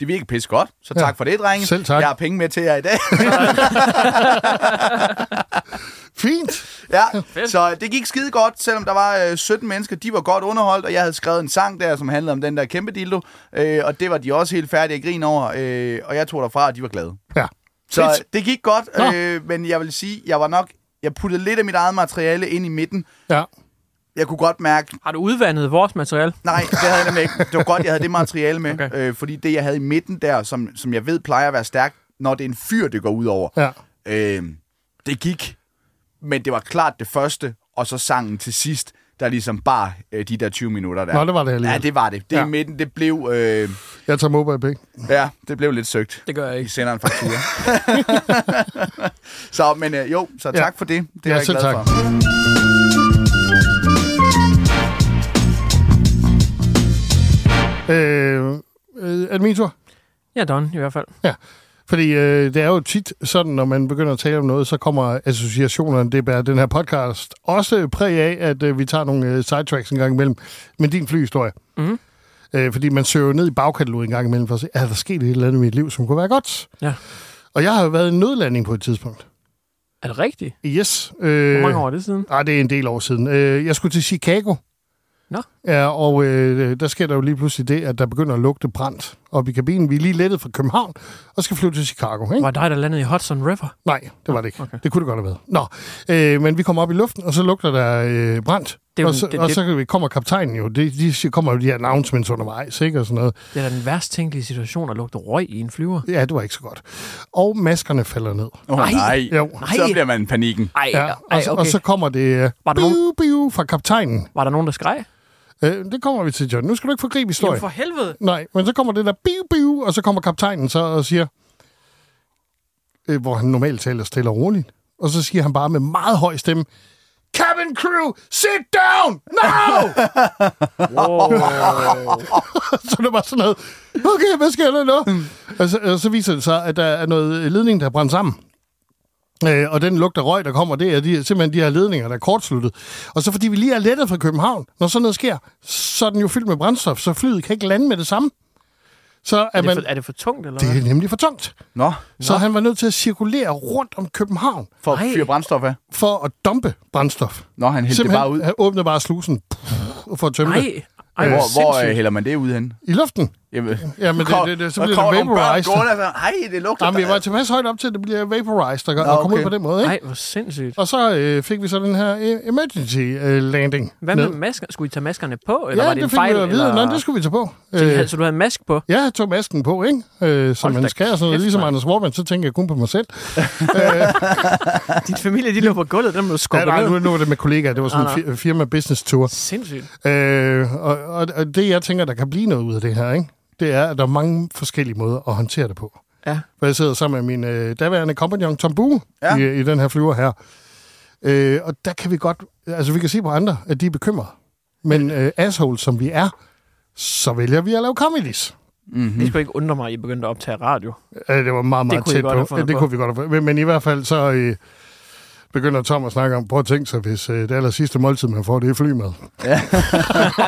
det virker pisse godt. Så Ja. tak ja. for det, drenge. Selv tak. Jeg har penge med til jer i dag. Fint. ja. Så øh, det gik skide godt, selvom der var øh, 17 mennesker. De var godt underholdt, og jeg havde skrevet en sang der, som handlede om den der kæmpe dildo. Øh, og det var de også helt færdige at grine over. Øh, og jeg tog derfra, og de var glade. Ja. Så Fedt. det gik godt, Nå. øh, men jeg vil sige, jeg var nok... Jeg puttede lidt af mit eget materiale ind i midten. Ja. Jeg kunne godt mærke, Har du udvandet vores materiale? Nej, det havde jeg nemlig ikke. Det var godt, jeg havde det materiale med. Okay. Okay. Øh, fordi det, jeg havde i midten der, som, som jeg ved plejer at være stærkt, når det er en fyr, det går ud over. Ja. Øh, det gik, men det var klart det første, og så sangen til sidst, der ligesom bar øh, de der 20 minutter der. Nå, det var det alligevel. Ja, det var det. Det ja. Ja. i midten, det blev, øh, Jeg tager mobile penge. ja, det blev lidt søgt. Det gør jeg I ikke. sender en faktura. så, men øh, jo, så tak Ja. ja. for det. Det Ja, var jeg selv glad tak. for. Øh, øh, er det min tur? Ja, Don i hvert fald. Ja. Fordi øh, det er jo tit sådan, når man begynder at tale om noget, så kommer associationerne, det bærer den her podcast, også præg af, at øh, vi tager nogle øh, sidetracks en gang imellem. Men din flyhistorie. Mhm. Mm. Øh, fordi man søger jo ned i bagkataloget en gang imellem for at se, er der sket et eller andet i mit liv, som kunne være godt? Ja. Og jeg har jo været i en nødlanding på et tidspunkt. Er det rigtigt? Yes. Øh, Hvor mange år er det siden? Nej, det er en del år siden. Øh, jeg skulle til Chicago. Nå. Ja, og øh, der sker der jo lige pludselig det, at der begynder at lugte brændt op i kabinen. Vi er lige lettet fra København og skal flyve til Chicago. Ikke? Var det dig, der landede i Hudson River? Nej, det var det ikke. Okay. Det kunne det godt have været. Nå, øh, men vi kommer op i luften, og så lugter der øh, brændt. Det er jo og, så, den- det- og det- så kommer kaptajnen jo. De, de siger- kommer jo de her announcements undervejs, ikke? Og sådan noget. Det er da den værst tænkelige situation at lugte røg i en flyver. Ja, det var ikke så godt. Og maskerne falder ned. Oh, nej, nej. Jo. så bliver man i panikken. Ej, Ja, og, så, og så kommer det øh, Var der biu, biu fra kaptajnen. Var der nogen, der skreg? Øh, det kommer vi til, John. Nu skal du ikke forgribe historien. Jamen for helvede! Nej, men så kommer det der biu, biu, og så kommer kaptajnen så og siger, øh, hvor han normalt taler stille og roligt, og så siger han bare med meget høj stemme, Cabin crew, sit down! No! så det var sådan noget, okay, hvad sker der nu? Og så, og så viser det sig, at der er noget ledning, der er brændt sammen. Øh, og den lugter røg, der kommer, det er de, simpelthen de her ledninger, der er kortsluttet. Og så fordi vi lige er lettet fra København, når sådan noget sker, så er den jo fyldt med brændstof, så flyet kan ikke lande med det samme. Så er, Er det, man, for, er det for tungt, eller det hvad? er nemlig for tungt. Nå, Så han var nødt til at cirkulere rundt om København for at Nej. fyre brændstof af. for at dumpe brændstof. Nå, han hældte det Simpelthen, bare ud. Han åbnede bare slusen puh, for at tømme det. Nej, ej, Hvor, hvor øh, sindssygt. hælder man det ud hen? I luften. Jamen, Jamen, det- det- det- så bliver det vaporized. Hej, det lugter. Jamen, vi der- var tilpas højt op til, at det bliver vaporized og, Nå, og kom ud okay. på den måde. Ikke? Ej, hvor sindssygt. Og så øh, fik vi så den her øh, emergency øh, landing. Hvad ned. med masker? Skulle I tage maskerne på, eller ja, var det, en fik fejl? vi jo at vide. eller... Nå, det skulle vi tage på. så, I Øh, havde, så du havde en mask på? Ja, jeg tog masken på, ikke? Øh, som Hold da man skal, og sådan noget. kæft, Ligesom mand. Anders Warman, så tænker jeg kun på mig selv. Din familie, de lå på gulvet, den blev Ja, skubbet nej, nu, ned. nu var det med kollegaer. Det var sådan Nå, en fir- firma business tour. Sindssygt. Øh, og, og, og det, jeg tænker, der kan blive noget ud af det her, ikke? det er, at der er mange forskellige måder at håndtere det på. Ja. For jeg sidder sammen med min øh, daværende kompagnon Tom Bue ja. Ja. i, i den her flyver her. Øh, og der kan vi godt... Altså, vi kan se på andre, at de er bekymrede. Men øh, asshole, som vi er, så vælger vi at lave comedies. Det skulle ikke undre mig, at I begyndte at optage radio. Øh, det var meget, meget kunne I tæt godt have på. fundet Ja, det på. kunne vi godt have fundet. Men- Men i hvert fald så øh, begynder Tom at snakke om, prøv at tænke sig, hvis øh, det aller sidste måltid, man får, det er flymad.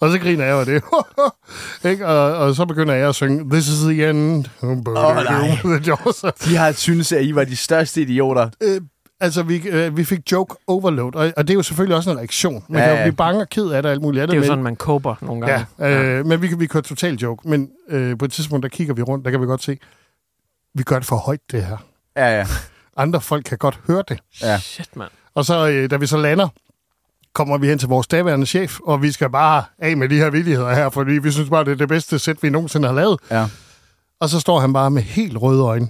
og så griner jeg over det. ikke? Og, og, så begynder jeg at synge, this is the end. Åh, nej. The Jaws. De har synes, at I var de største idioter. Øh, altså, vi, øh, vi fik joke overload, og, og det er jo selvfølgelig også en reaktion. Man Ja, ja, kan jo ja. blive bange og ked af det og alt muligt andet. Det er jo men- sådan, man kober nogle gange. Ja, øh, men vi, kan- vi kører total joke. Men øh, på et tidspunkt, der kigger vi rundt, der kan vi godt se, vi gør det for højt, det her. Ja, ja. Andre folk kan godt høre det. ja. Shit, mand. Og så, øh, da vi så lander, kommer vi hen til vores daværende chef, og vi skal bare af med de her vildigheder her, fordi vi synes bare, det er det bedste sæt, vi nogensinde har lavet. ja. Og så står han bare med helt røde øjne,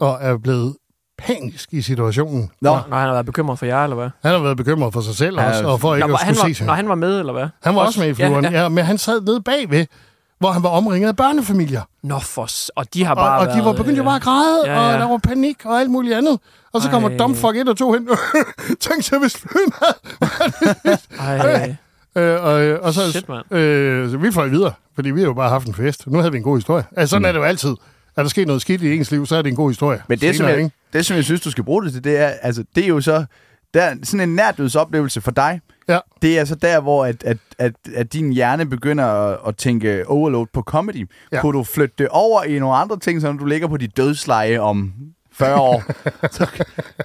og er blevet panisk i situationen. Nå, Når han har været bekymret for jer, eller hvad? Han har været bekymret for sig selv Ja, også, og for ikke Når, Nå, at han skulle se var, sig. når han var med, eller hvad? Han var også med i flyveren, ja, ja. ja, men han sad nede bagved, hvor han var omringet af børnefamilier. Nå, for... s- Og de har Og, bare og de var været, begyndt jo øh, bare at græde, ja, ja, ja. ja. og der var panik og alt muligt andet. Og så Ej. kommer Ej. Domfuck 1 og 2 hen. Tænk sig, hvis flyen havde... Ej, Øh, og, og så, Shit, mand. øh, så vi fløj videre, fordi vi har jo bare haft en fest. Nu havde vi en god historie. Altså, sådan mm. er det jo altid. Er der sket noget skidt i ens liv, så er det en god historie. Men det, som Senere, jeg, ikke? det, som jeg synes, du skal bruge det til, det er, altså, det er jo så der, sådan en nærdødsoplevelse for dig. Ja. Det er så der, hvor at, at, at, at din hjerne begynder at, at tænke overload på comedy. Ja. Ja. Kunne du flytte det over i nogle andre ting, som du ligger på dit dødsleje om 40 år? så,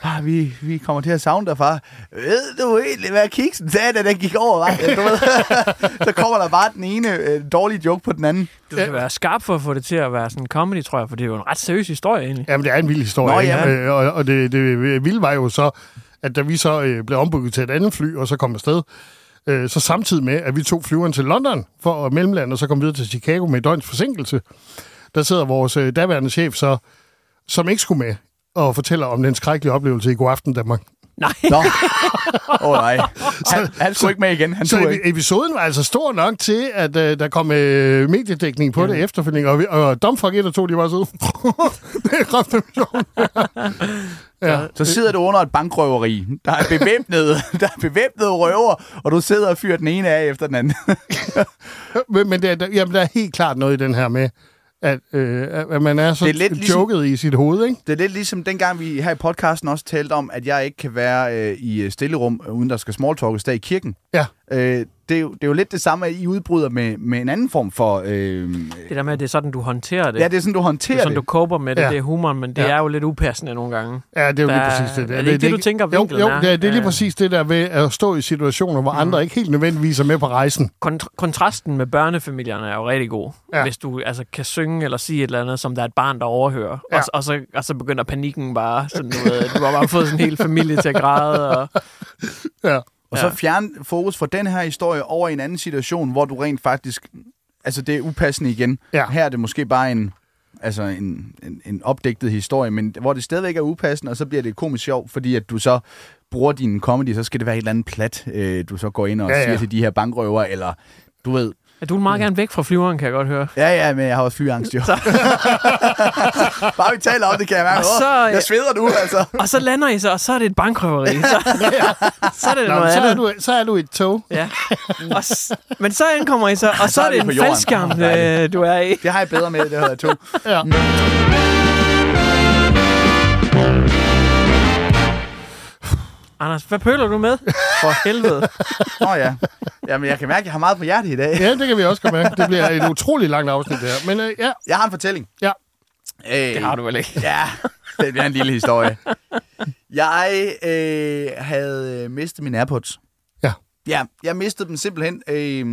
ah, vi, vi kommer til at savne dig, far. Ved du egentlig, hvad kiksen sagde, da den gik over? Var? Du ved, så kommer der bare den ene øh, dårlige joke på den anden. du skal være skarp for at få det til at være sådan en comedy, tror jeg, for det er jo en ret seriøs historie, egentlig. Jamen, det er en vild historie. Nå, Nå, ja. ja. øh, og og det, det vilde var jo så, at da vi så øh, blev ombygget til et andet fly, og så kom afsted, øh, så samtidig med, at vi tog flyveren til London for at mellemlande, og så kom videre til Chicago med et døgns forsinkelse, der sidder vores øh, daværende chef så, som ikke skulle med, og fortæller om den skrækkelige oplevelse i god aften Danmark. Nej, Nå. Åh oh, nej. Han, han skulle ikke med igen. Han Så turde ikke. epi- episoden var altså stor nok til, at øh, der kom øh, mediedækning på ja. det efterfølgende, og, vi- og Domfrak 1 og 2, de var så... det er kraftigt sjovt. ja. Så sidder du under et bankrøveri. Der er bevæbnede, der er bevæbnede røver, og du sidder og fyrer den ene af efter den anden. Men, men der, der, jamen, der er helt klart noget i den her med, at, øh, at at man er så Det er lidt ligesom- joket i sit hoved, ikke? Det er lidt ligesom dengang, vi her i podcasten også talte om, at jeg ikke kan være øh, i øh, stillerum, øh, uden der skal smalltalkes der i kirken. Ja. Øh, det, er jo, det er jo lidt det samme, at I udbryder med, med en anden form for... Øh, det der med, at det er sådan, du håndterer det. ja, det er sådan, du håndterer det er sådan, du kober med det, Ja. ja. det er humoren, men det Ja. ja. er jo lidt upassende nogle gange. Ja, det er jo lige Der- præcis det. der. er det ikke det, du tænker, jo, vinklen jo, er? det er, det er lige Ja. præcis det der ved at stå i situationer, hvor mm. andre ikke helt nødvendigvis er med på rejsen. Kont- kontrasten med børnefamilierne er jo rigtig god. Ja. Ja. Hvis du altså, kan synge eller sige et eller andet, som der er et barn, der overhører. Ja. Ja. Og, s- og, så, og så begynder panikken bare. Sådan, du, ved, du har bare fået sådan en hel familie til at græde. Og, Ja. Og så Ja. fjerne fokus fra den her historie over i en anden situation, hvor du rent faktisk... Altså, det er upassende igen. Ja. Her er det måske bare en, altså en, en, en opdigtet historie, men hvor det stadigvæk er upassende, og så bliver det komisk sjovt, fordi at du så bruger din comedy, så skal det være et eller andet plat, øh, du så går ind og Ja, ja, ja. ja. siger til de her bankrøver, eller du ved... ja, du vil meget gerne væk fra flyveren, kan jeg godt høre. Ja, ja, men jeg har også flyangst, jo. bare vi taler om det, kan jeg mærke. Og så- Åh, jeg sveder nu, altså. Og så lander I så, og så er det et bankrøveri. Så, så er det Nå, noget men så, er andet. du, så er du i et tog. Ja. Og s- men så ankommer I så, og så er er vi det på en jorden. faldskærm, Ah, dejligt. øh, du er i. Det har jeg bedre med, det hedder to. Ja. Anders, hvad pøler du med? For helvede. Nå ja. Jamen, jeg kan mærke, at jeg har meget på hjertet i dag. ja, det kan vi også godt mærke. Det bliver et utroligt langt afsnit, det her. Men øh, ja, Jeg har en fortælling. ja. Øh, det har du vel ikke? Ja, det bliver en lille historie. Jeg øh, havde øh, mistet mine AirPods. Ja. Ja, jeg mistede dem simpelthen. Øh,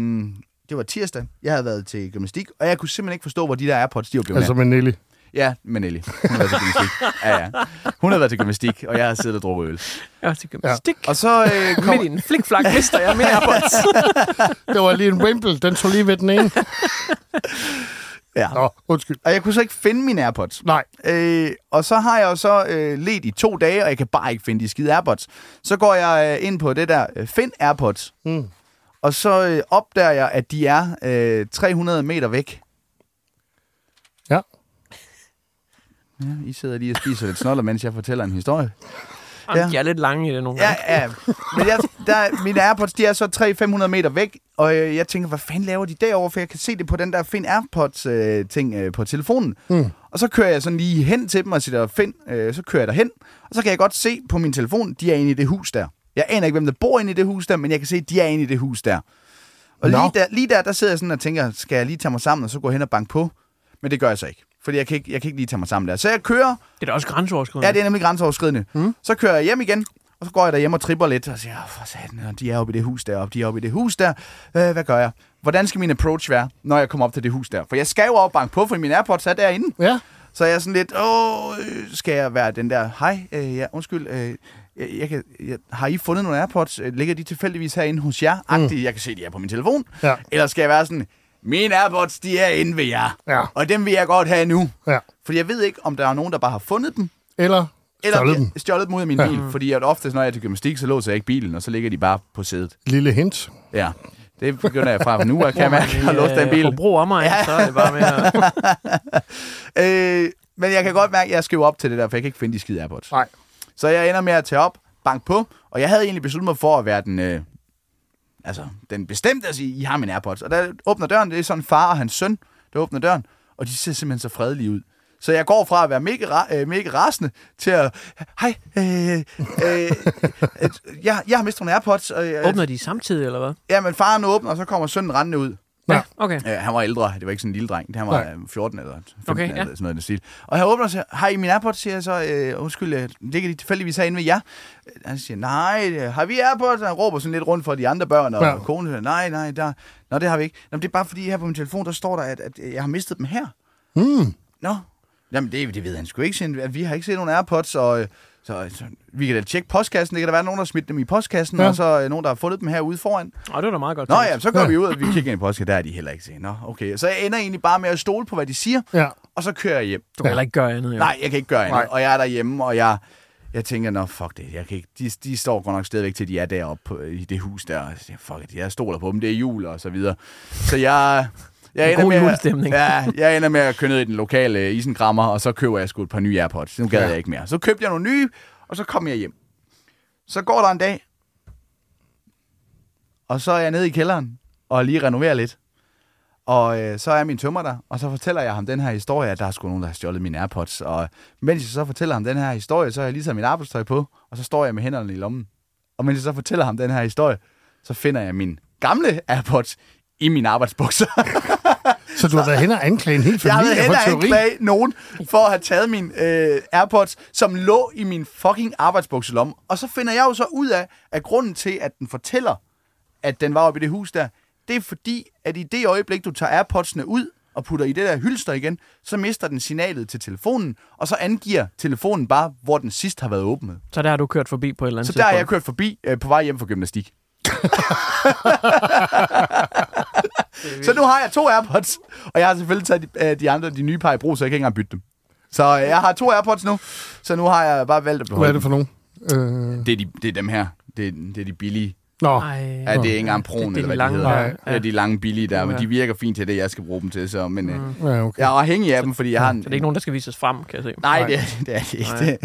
det var tirsdag. Jeg havde været til gymnastik, og jeg kunne simpelthen ikke forstå, hvor de der AirPods, de var blevet altså altså, med Nelly. Ja, men Ellie, hun havde været til gymnastik. Ja, ja. Hun havde været til gymnastik, og jeg havde siddet og drukket øl. Jeg til gymnastik. Og så øh, Ja. Midt i kom... en flikflak mister jeg min Airpods. Det var lige en wimple, den tog lige ved den ene. Ja. Nå, undskyld. Og jeg kunne så ikke finde mine AirPods. Nej, Øh, og så har jeg jo så øh, let i to dage, og jeg kan bare ikke finde de skide AirPods. Så går jeg øh, ind på det der øh, Find AirPods, mm. og så øh, opdager jeg, at de er øh, 300 meter væk. ja. Ja, I sidder lige og spiser lidt snoller, mens jeg fortæller en historie. Jamen, Ja. De er lidt lange i det nogle gange. Ja, ja. Men jeg, der, mine Airpods, de er så 300-500 meter væk, og øh, jeg tænker, hvad fanden laver de derovre? For jeg kan se det på den der Find Airpods-ting øh, ting, øh, på telefonen. Mm. Og så kører jeg sådan lige hen til dem og siger, Find, øh, så kører jeg derhen. Og så kan jeg godt se på min telefon, de er inde i det hus der. Jeg aner ikke, hvem der bor inde i det hus der, men jeg kan se, de er inde i det hus der. Og Nå. lige der, lige der, der sidder jeg sådan og tænker, skal jeg lige tage mig sammen, og så gå hen og banke på? Men det gør jeg så ikke. Fordi jeg kan ikke, jeg kan ikke lige tage mig sammen der. Så jeg kører, Det er da også grænseoverskridende. Ja, det er nemlig grænseoverskridende. Mm. Så kører jeg hjem igen, og så går jeg derhjem og tripper lidt, og siger, "Åh, for satan, og de er oppe i det hus deroppe, de er oppe i det hus der. Øh, hvad gør jeg? Hvordan skal min approach være, når jeg kommer op til det hus der? For jeg skal jo op og banke på, for min Airpods er derinde. Ja. Så jeg er sådan lidt, åh, øh, skal jeg være den der, hej, øh, ja, undskyld, øh, jeg, jeg kan, jeg, har I fundet nogle Airpods? Øh, Ligger de tilfældigvis herinde hos jer? Agtige, mm. jeg kan se, de er på min telefon. Ja. Eller skal jeg være sådan, mine Airpods, de er inde ved jer. Ja. Og dem vil jeg godt have nu. Ja. Fordi jeg ved ikke, om der er nogen, der bare har fundet dem, Eller, eller Stjålet stjålet dem. dem. stjålet dem ud af min bil, fordi at ofte, når jeg er til gymnastik, så låser jeg ikke bilen, og så ligger de bare på sædet. Lille hint. Ja, det begynder jeg fra nu, af, kan jeg mærke, at jeg har låst den bil. Forbrug om øh, mig, ja. så er det bare med at... Øh, men jeg kan godt mærke, at jeg skal jo op til det der, for jeg kan ikke finde de skide Airpods. Nej. Så jeg ender med at tage op, bank på, og jeg havde egentlig besluttet mig for at være den, øh, altså, den bestemte at sige, I har min Airpods. Og der åbner døren, det er sådan far og hans søn, der åbner døren, og de ser simpelthen så fredelige ud. Så jeg går fra at være mega, ra- øh, mega rasende til at, hej, øh, øh, øh, jeg, jeg har mistet nogle Airpods. Og, øh, Åbner de samtidig, eller hvad? Ja, men faren åbner, og så kommer sønnen rendende ud. Ja. Okay. Øh, han var ældre, det var ikke sådan en lille dreng. Han var Nej. øh, 14 eller 15 Okay, okay, ja. ja. eller sådan noget. i den stil. Og han åbner og siger, har I min Airpods? Siger jeg så, øh, undskyld, øh, ligger de tilfældigvis herinde ved jer? Øh, Han siger, nej, øh, har vi Airpods? Han råber sådan lidt rundt for de andre børn, og Ja. ja. konen siger, nej, nej, der, nå, det har vi ikke. Nå, men det er bare fordi her på min telefon, der står der, at, at jeg har mistet dem her. Mm. Nå, Jamen, det, det ved han sgu ikke. siger han. Vi har ikke set nogen Airpods, og øh, så, så, vi kan da tjekke postkassen. Det kan da være nogen, der har smidt dem i postkassen, Ja. ja. og så øh, nogen, der har fundet dem herude foran. Åh, det var da meget godt. Nå tænkt. ja, så går vi ud, og vi kigger ind på Oscar, der er de heller ikke til. Nå, okay. Så jeg ender egentlig bare med at stole på, hvad de siger, Ja. og så kører jeg hjem. Du kan heller ikke gøre andet, jo. Nej, jeg kan ikke gøre andet. Nej. Og jeg er derhjemme, og jeg, jeg tænker, nå, fuck det, jeg kan ikke. De, de står godt nok stadigvæk til, de er deroppe på, i det hus der. Og jeg siger, fuck it, jeg stoler på dem, det er jul og så videre. Så jeg... Jeg En ender, god med, at- julestemning. ja, jeg ender med at køre ned i den lokale øh, isenkrammer, og så køber jeg sgu et par nye Airpods. Nu gad ja. jeg ikke mere. Så købte jeg nogle nye, og så kom jeg hjem. Så går der en dag, og så er jeg nede i kælderen og lige renoverer lidt. Og øh, så er min tømmer der, og så fortæller jeg ham den her historie, at der er sgu nogen, der har stjålet mine Airpods. Og mens jeg så fortæller ham den her historie, så har jeg lige taget mit arbejdstøj på, og så står jeg med hænderne i lommen. Og mens jeg så fortæller ham den her historie, så finder jeg min gamle Airpods i min arbejdsbukser. Så du har været hen og anklage en hel jeg har familie været for heller teori. ikke klage nogen for at have taget mine øh, Airpods, som lå i min fucking arbejdsbukselomme. Og så finder jeg jo så ud af, at grunden til, at den fortæller, at den var oppe i det hus der, det er fordi, at i det øjeblik, du tager Airpods'ene ud og putter i det der hylster igen, så mister den signalet til telefonen, og så angiver telefonen bare, hvor den sidst har været åbnet. Så der har du kørt forbi på et eller andet Så der har jeg tidspunkt. kørt forbi øh, på vej hjem fra gymnastik. så nu har jeg to Airpods, og jeg har selvfølgelig taget de, øh, de andre, de nye par i brug, så jeg kan ikke engang bytte dem. Så øh, jeg har to Airpods nu, så nu har jeg bare valgt at Hvad beholde er det for nogen? Øh... dem. Det, er de, det er dem her. Det er, det er de billige. Nå, Ej. Ja, det er ikke engang proen, det er de eller hvad lange de hedder. der. Ja. Det er de lange billige der, men Ja. Mm. de virker fint til det, jeg skal bruge dem til. Så, men, øh, ja, okay. Jeg er afhængig af dem, fordi jeg har en... Så det er ikke nogen, der skal vises frem, kan jeg se. Nej, det, er- det er det ikke.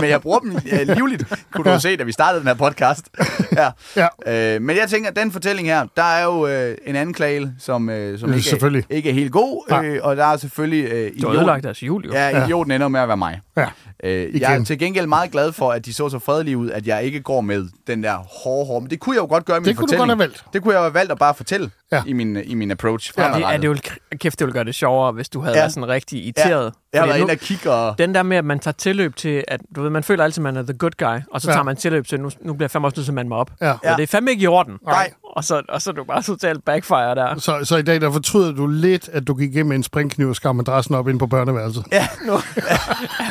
men jeg bruger dem øh, livligt, kunne du jo se, da vi startede den her podcast. ja. Ja. Øh, men jeg tænker, at den fortælling her, der er jo øh, en anklage, som, øh, som Ja, ikke, er, selvfølgelig. ikke er helt god, Nej. øh, og der er selvfølgelig... Øh, Du har idioten- ødelagt deres jul, jo. Ja, idioten ender med at være mig. Ja. Øh, jeg er Igen. til gengæld meget glad for, at de så så fredelige ud, at jeg ikke går med den der hårde hårde. Men det kunne jeg jo godt gøre i min Det kunne du fortælling. godt have valgt. Det kunne jeg jo have valgt at bare fortælle Ja. ja. i, min, i min approach. Ja, det, er fremadrettet. det jo, kæft, det ville gøre det sjovere, hvis du havde Ja. været sådan rigtig irriteret. Jeg har Fordi været nu- inde og kigge og... den der med, at man tager tilløb til, at du ved, man føler altid, at man er the good guy, og så Ja. ja. tager man tilløb til, nu, nu bliver jeg fandme også nødt til at mande mig op. Ja. Og det er fandme ikke i orden. Nej. Og så, og så er du bare totalt backfire der. Så, så i dag, der fortryder du lidt, at du gik igennem en springkniv og skar adressen op ind på børneværelset. Ja. Ja,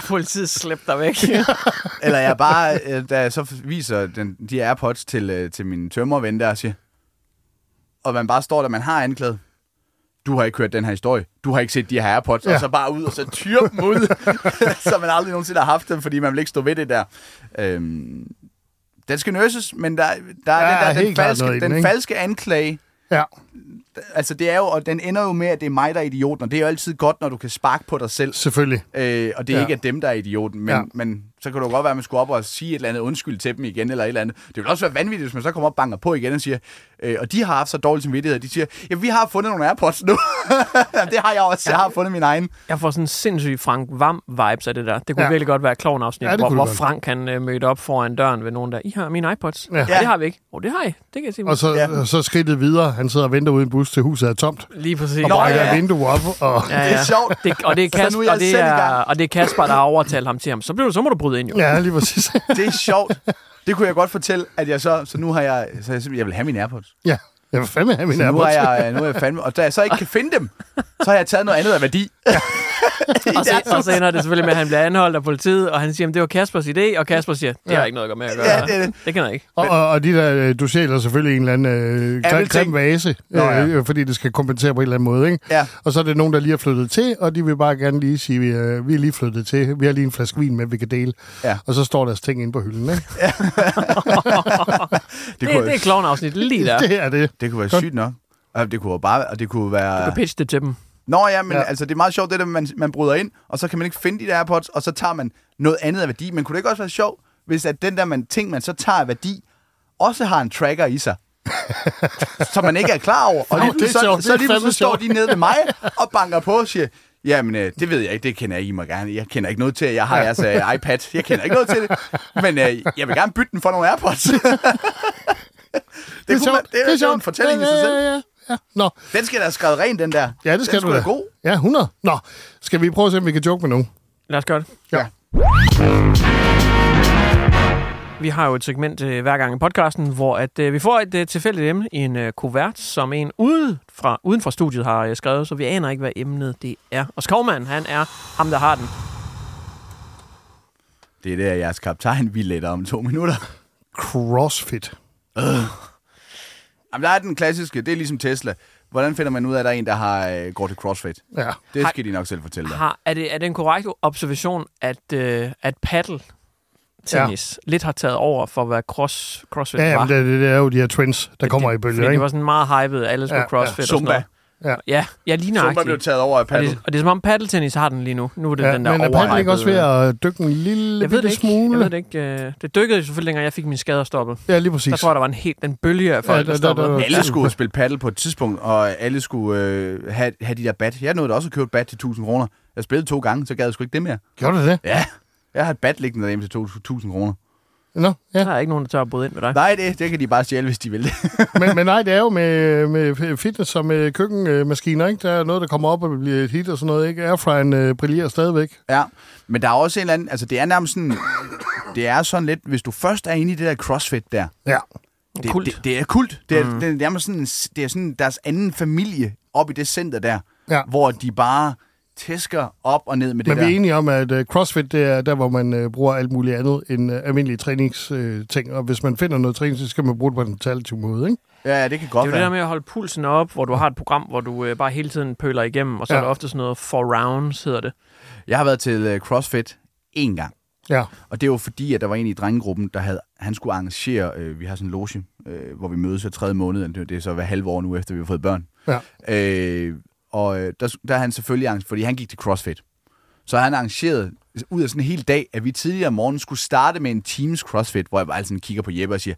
politiet slæbte dig væk. Eller jeg bare, øh, da jeg så viser den, de Airpods til, øh, til min tømmerven der og siger, og man bare står der, man har anklaget. Du har ikke hørt den her historie. Du har ikke set de her Airpods. Ja. Ja. Og så bare ud og så tyre dem ud, så man aldrig nogensinde har haft dem, fordi man vil ikke stå ved det der. Øhm, den skal nøses, men der, der er, Der det er der, den, helt klart noget i falske, den, den, ikke? falske anklage. ja. Altså det er jo, og den ender jo med, at det er mig, der er idioten, og det er jo altid godt, når du kan sparke på dig selv Selvfølgelig. øh, og det er Ja. ja. ikke er dem, der er idioten, men, Ja. ja. men så kan det jo godt være, at man skulle op og sige et eller andet undskyld til dem igen, eller et eller andet. Det ville også være vanvittigt, hvis man så kommer op og banker på igen og siger, øh, og de har haft så dårlig samvittighed, de siger, ja, vi har fundet nogle AirPods nu. det har jeg også. Jeg har fundet min egen. Jeg får sådan en sindssyg Frank Vam-vibes af det der. Det Ja. kunne ja. virkelig godt være et afsnit Ja, det hvor, kunne hvor det godt. Frank han øh, mødte op foran døren ved nogen der, I har mine iPods. Ja. Ja. Det har vi ikke. Åh, oh, det har I. Det kan jeg se. Og så, Ja. ja. så skridtet videre. Han sidder og venter ude i en bus til huset er tomt. Lige præcis. Og Nå, brækker ja. ja. vinduet op. Og... Ja. Det er sjovt. Det, og, det er Så nu er Kasper, jeg og, det selv i er, gang. og det er Kasper, der har overtalt ham til ham. Så, blev du, så må du bryde ind, jo. ja, lige præcis. Det er sjovt. Det kunne jeg godt fortælle, at jeg så, så nu har jeg, så jeg, simpelthen- jeg vil have mine AirPods. ja. Jeg vil fandme have min Så nu AirPods. har jeg, øh, nu er jeg fandme, og da jeg så ikke kan finde dem, så har jeg taget noget andet af værdi. Og så, og så ender det selvfølgelig med, at han bliver anholdt af politiet, og han siger, at det var Kaspers idé, og Kasper siger, det har ikke noget at gøre med at gøre. Ja, det er det. det kan jeg ikke. Og, og, og de der, øh, du sælger selvfølgelig en eller anden øh, grim, Alting. grim vase, Nå, ja. øh, fordi det skal kompensere på en eller anden måde. Ikke? Ja. Og så er det nogen, der lige er flyttet til, og de vil bare gerne lige sige, øh, vi er lige flyttet til, vi har lige en flaske vin med, vi kan dele. Ja. Og så står deres ting inde på hylden. Ikke? Det, kunne det, jeg- det er klovnafsnit lige der. Det er det. Det kunne være sygt nok. Og det kunne jo bare, og det kunne være... Du pitch det til dem. Nå ja, men ja. Ja. altså det er meget sjovt, det der, man, man bryder ind, og så kan man ikke finde de der AirPods, og så tager man noget andet af værdi. Men kunne det ikke også være sjovt, hvis at den der man, ting, man så tager af værdi, også har en tracker i sig? som man ikke er klar over. Og Nå, lige det er pludselig, så, sjovt. så, Det er lige pludselig fandme står sjovt. de nede ved mig og banker på og siger, jamen øh, det ved jeg ikke, det kender jeg ikke, I må gerne. Jeg kender ikke noget til, at jeg har jeres øh, iPad. Jeg kender ikke noget til det, men øh, jeg vil gerne bytte den for nogle AirPods. det, det, kunne man, det, det, er jo en fortælling ja, i sig selv. Ja, ja, ja. ja. Nå. Den skal da have skrevet ren, den der. Ja, det skal den du da. da. god. Ja, 100. Nå, skal vi prøve at se, om vi kan joke med nogen? Lad os gøre det. Ja. Vi har jo et segment øh, hver gang i podcasten, hvor at, øh, vi får et øh, tilfældigt emne i en øh, kuvert, som en ude fra, uden for studiet har øh, skrevet, så vi aner ikke, hvad emnet det er. Og Skovmand, han er ham, der har den. Det er der, jeres kaptajn vi letter om to minutter. Crossfit. Jamen, der er den klassiske, det er ligesom Tesla. Hvordan finder man ud af, at der er en, der har, øh, går til CrossFit? Ja. Det Har- skal de nok selv fortælle dig. Har, er, det, er det en korrekt observation, at, øh, at paddle tennis lidt har taget over for, hvad cross, crossfit Ja, var? jamen, det, det, det er jo de her trends, der kommer i Fordi bølger, det ikke? var sådan meget hypet, alle skulle Ja, ja, ja. crossfit og sådan Zumba. noget. Ja, ja lige Zumba nøjagtigt. blev taget over af Og paddle. det, og det er som om paddeltennis har den lige nu. Nu er det Ja, den der men er paddling ikke også ved overhypede- at dykke en lille jeg ved det bitte ikke. smule? Jeg ved det ikke. øh, Det dykkede selvfølgelig, dengang jeg fik min skader stoppet. Ja, lige præcis. Der tror jeg, der var en helt den bølge af folk, Ja, ja, der, der- der- stoppede. der- Alle skulle spille paddle på et tidspunkt, og alle skulle øh, have, have de der bat. Jeg nåede da også at købe et bat til 1000 kroner. Jeg spillede to gange, så gad jeg sgu ikke det mere. Gjorde det det? Ja, jeg har et bat liggende derhjemme til 2000 kroner. Nå, ja. Der er ikke nogen, der tør at bryde ind med dig. Nej, det, det kan de bare stjæle, hvis de vil det. Men, men nej, det er jo med, med fitness og med køkkenmaskiner, ikke? Der er noget, der kommer op og bliver et hit og sådan noget, ikke? Airfryeren øh, brillerer stadigvæk. Ja, men der er også en eller anden... Altså, det er nærmest sådan... Det er sådan lidt... Hvis du først er inde i det der crossfit der, Ja. Det, Kult. Det, det er kult. Det er, mm. det er nærmest sådan, det er sådan deres anden familie op i det center der, Ja. hvor de bare tæsker op og ned med det Men vi der. er enige om, at øh, CrossFit, det er der, hvor man øh, bruger alt muligt andet end øh, almindelige træningsting. Og hvis man finder noget træning, så skal man bruge det på den alternative måde, ikke? Ja, ja, det kan Det er godt jo det der være. med at holde pulsen op, hvor du har et program, hvor du øh, bare hele tiden pøler igennem, og så Ja. er der ofte sådan noget for rounds, hedder det. Jeg har været til øh, CrossFit én gang. Ja. Og det var fordi, at der var en i drengegruppen, der havde, han skulle arrangere, øh, vi har sådan en loge, øh, hvor vi mødes hver tredje måned, eller det er så hver halve år nu, efter vi har fået børn. Ja. Øh, og øh, der, der er han selvfølgelig angst, fordi han gik til CrossFit. Så han arrangerede ud af sådan en hel dag, at vi tidligere om morgenen skulle starte med en teams CrossFit, hvor jeg bare sådan kigger på Jeppe og siger,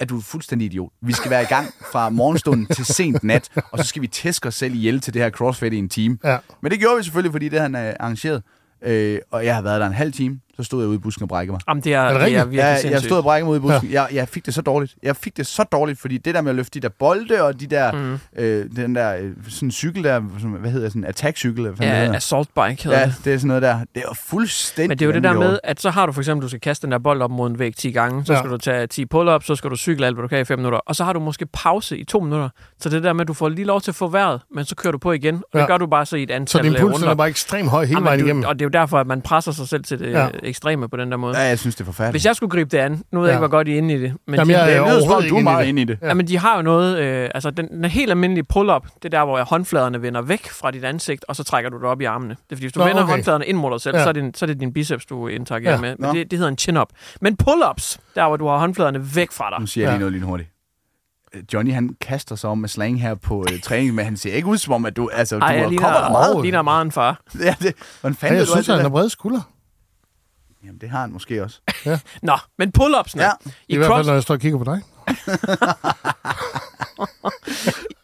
er du fuldstændig idiot? Vi skal være i gang fra morgenstunden til sent nat, og så skal vi tæske os selv ihjel til det her CrossFit i en time. Ja. Men det gjorde vi selvfølgelig, fordi det han øh, arrangeret. Øh, og jeg har været der en halv time, så stod jeg ude i busken og brækkede mig. Jamen, det er, det er det, det er rigtigt? virkelig Jeg, jeg sindssygt. stod og brækkede mig ude i busken. Ja. Jeg, jeg fik det så dårligt. Jeg fik det så dårligt, fordi det der med at løfte de der bolde og de der, mm. øh, den der øh, sådan cykel der, som, hvad hedder sådan en attack-cykel? Hvad fanden det Ja, hedder? assault bike hedder ja, det. det er sådan noget der. Det er jo fuldstændig Men det er jo det der vanvittigt med, at så har du for eksempel, du skal kaste den der bold op mod en væg 10 gange, så Ja. ja. skal du tage 10 pull-ups, så skal du cykle alt, hvad du kan i 5 minutter, og så har du måske pause i 2 minutter. Så det der med, at du får lige lov til at få vejret, men så kører du på igen, og ja. Ja. det gør du bare så i et antal Så din øh, puls den runder. er bare ekstremt høj hele Jamen, vejen du- igennem. Og det er jo derfor, at man presser sig selv til det Ja. ja. ekstreme på den der måde. over. Ja. Ja, jeg synes, det er forfærdeligt. Hvis jeg skulle gribe det an, nu ved jeg Ja. ikke, hvor godt I er inde i det, men Jamen, de, jeg det er lyder som om, overhovedet du er ikke meget inde i inde i det. ja. men de har jo noget, øh, altså den, den helt almindelige pull-up, det er der, hvor håndfladerne vender væk fra dit ansigt, og så trækker du det op i armene. Det er fordi, hvis du Nå, Nå, vender okay. okay. håndfladerne ind mod dig selv, Ja. ja. så, er det, din- så er det din biceps, du interagerer Ja. ja. med. Nå. Men det, det hedder en chin-up. Men pull-ups, der hvor du har håndfladerne væk fra Nu dig. siger jeg lige Ja. noget lige hurtigt. Øh, Johnny, han kaster sig om med slang her på øh, træning, men han ser ikke ud som om, at du, altså, Ej, du jeg kommer der meget. ligner, ligner meget en far. Ja, det, hvordan Ja, fanden jeg ved du alt synes, det at der? han har brede skuldre. Jamen, det har han måske også. Nå, men pull-upsene. Ja. I, I hvert fald, cross, når jeg står og kigger på dig.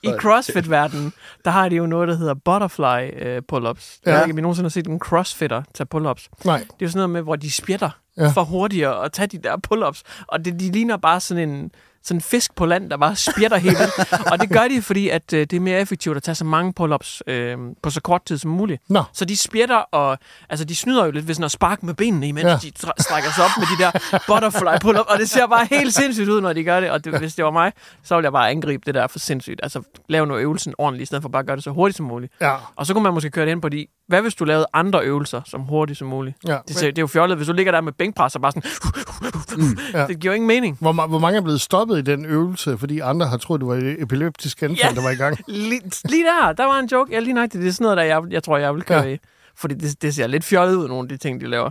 I CrossFit-verdenen, der har de jo noget, der hedder butterfly øh, pull-ups. Ja. Ja. Jeg ved ikke, om I nogensinde har set en crossfitter tage pull-ups. Nej. Det er jo sådan noget med, hvor de spjætter ja. Ja. for hurtigere at tage de der pull-ups. Og det, de ligner bare sådan en sådan en fisk på land, der bare spjætter helt vildt. Og det gør de, fordi at, øh, det er mere effektivt at tage så mange pull-ups øh, på så kort tid som muligt. Nå. Så de spjætter, og altså, de snyder jo lidt ved sådan at sparke med benene, imens ja. Ja. de tra- strækker sig op med de der butterfly pull-up. Og det ser bare helt sindssygt ud, når de gør det. Og det, hvis det var mig, så ville jeg bare angribe det der for sindssygt. Altså, lave noget øvelsen ordentligt, i stedet for bare at gøre det så hurtigt som muligt. Ja. Og så kunne man måske køre det ind på de, hvad hvis du lavede andre øvelser som hurtigt som muligt? Ja. Det, ser- det er jo fjollet, hvis du ligger der med bænkpres og bare sådan... Mm, ja. Det giver jo ingen mening. Hvor, ma- hvor mange er blevet stoppet i den øvelse, fordi andre har troet, det var et epileptisk anfald, Ja. der var i gang? Lige, lige der, der var en joke. Ja, lige nok, det er sådan noget, der jeg, jeg tror, jeg vil køre ja. Ja. i. Fordi det, det ser lidt fjollet ud, nogle af de ting, de laver.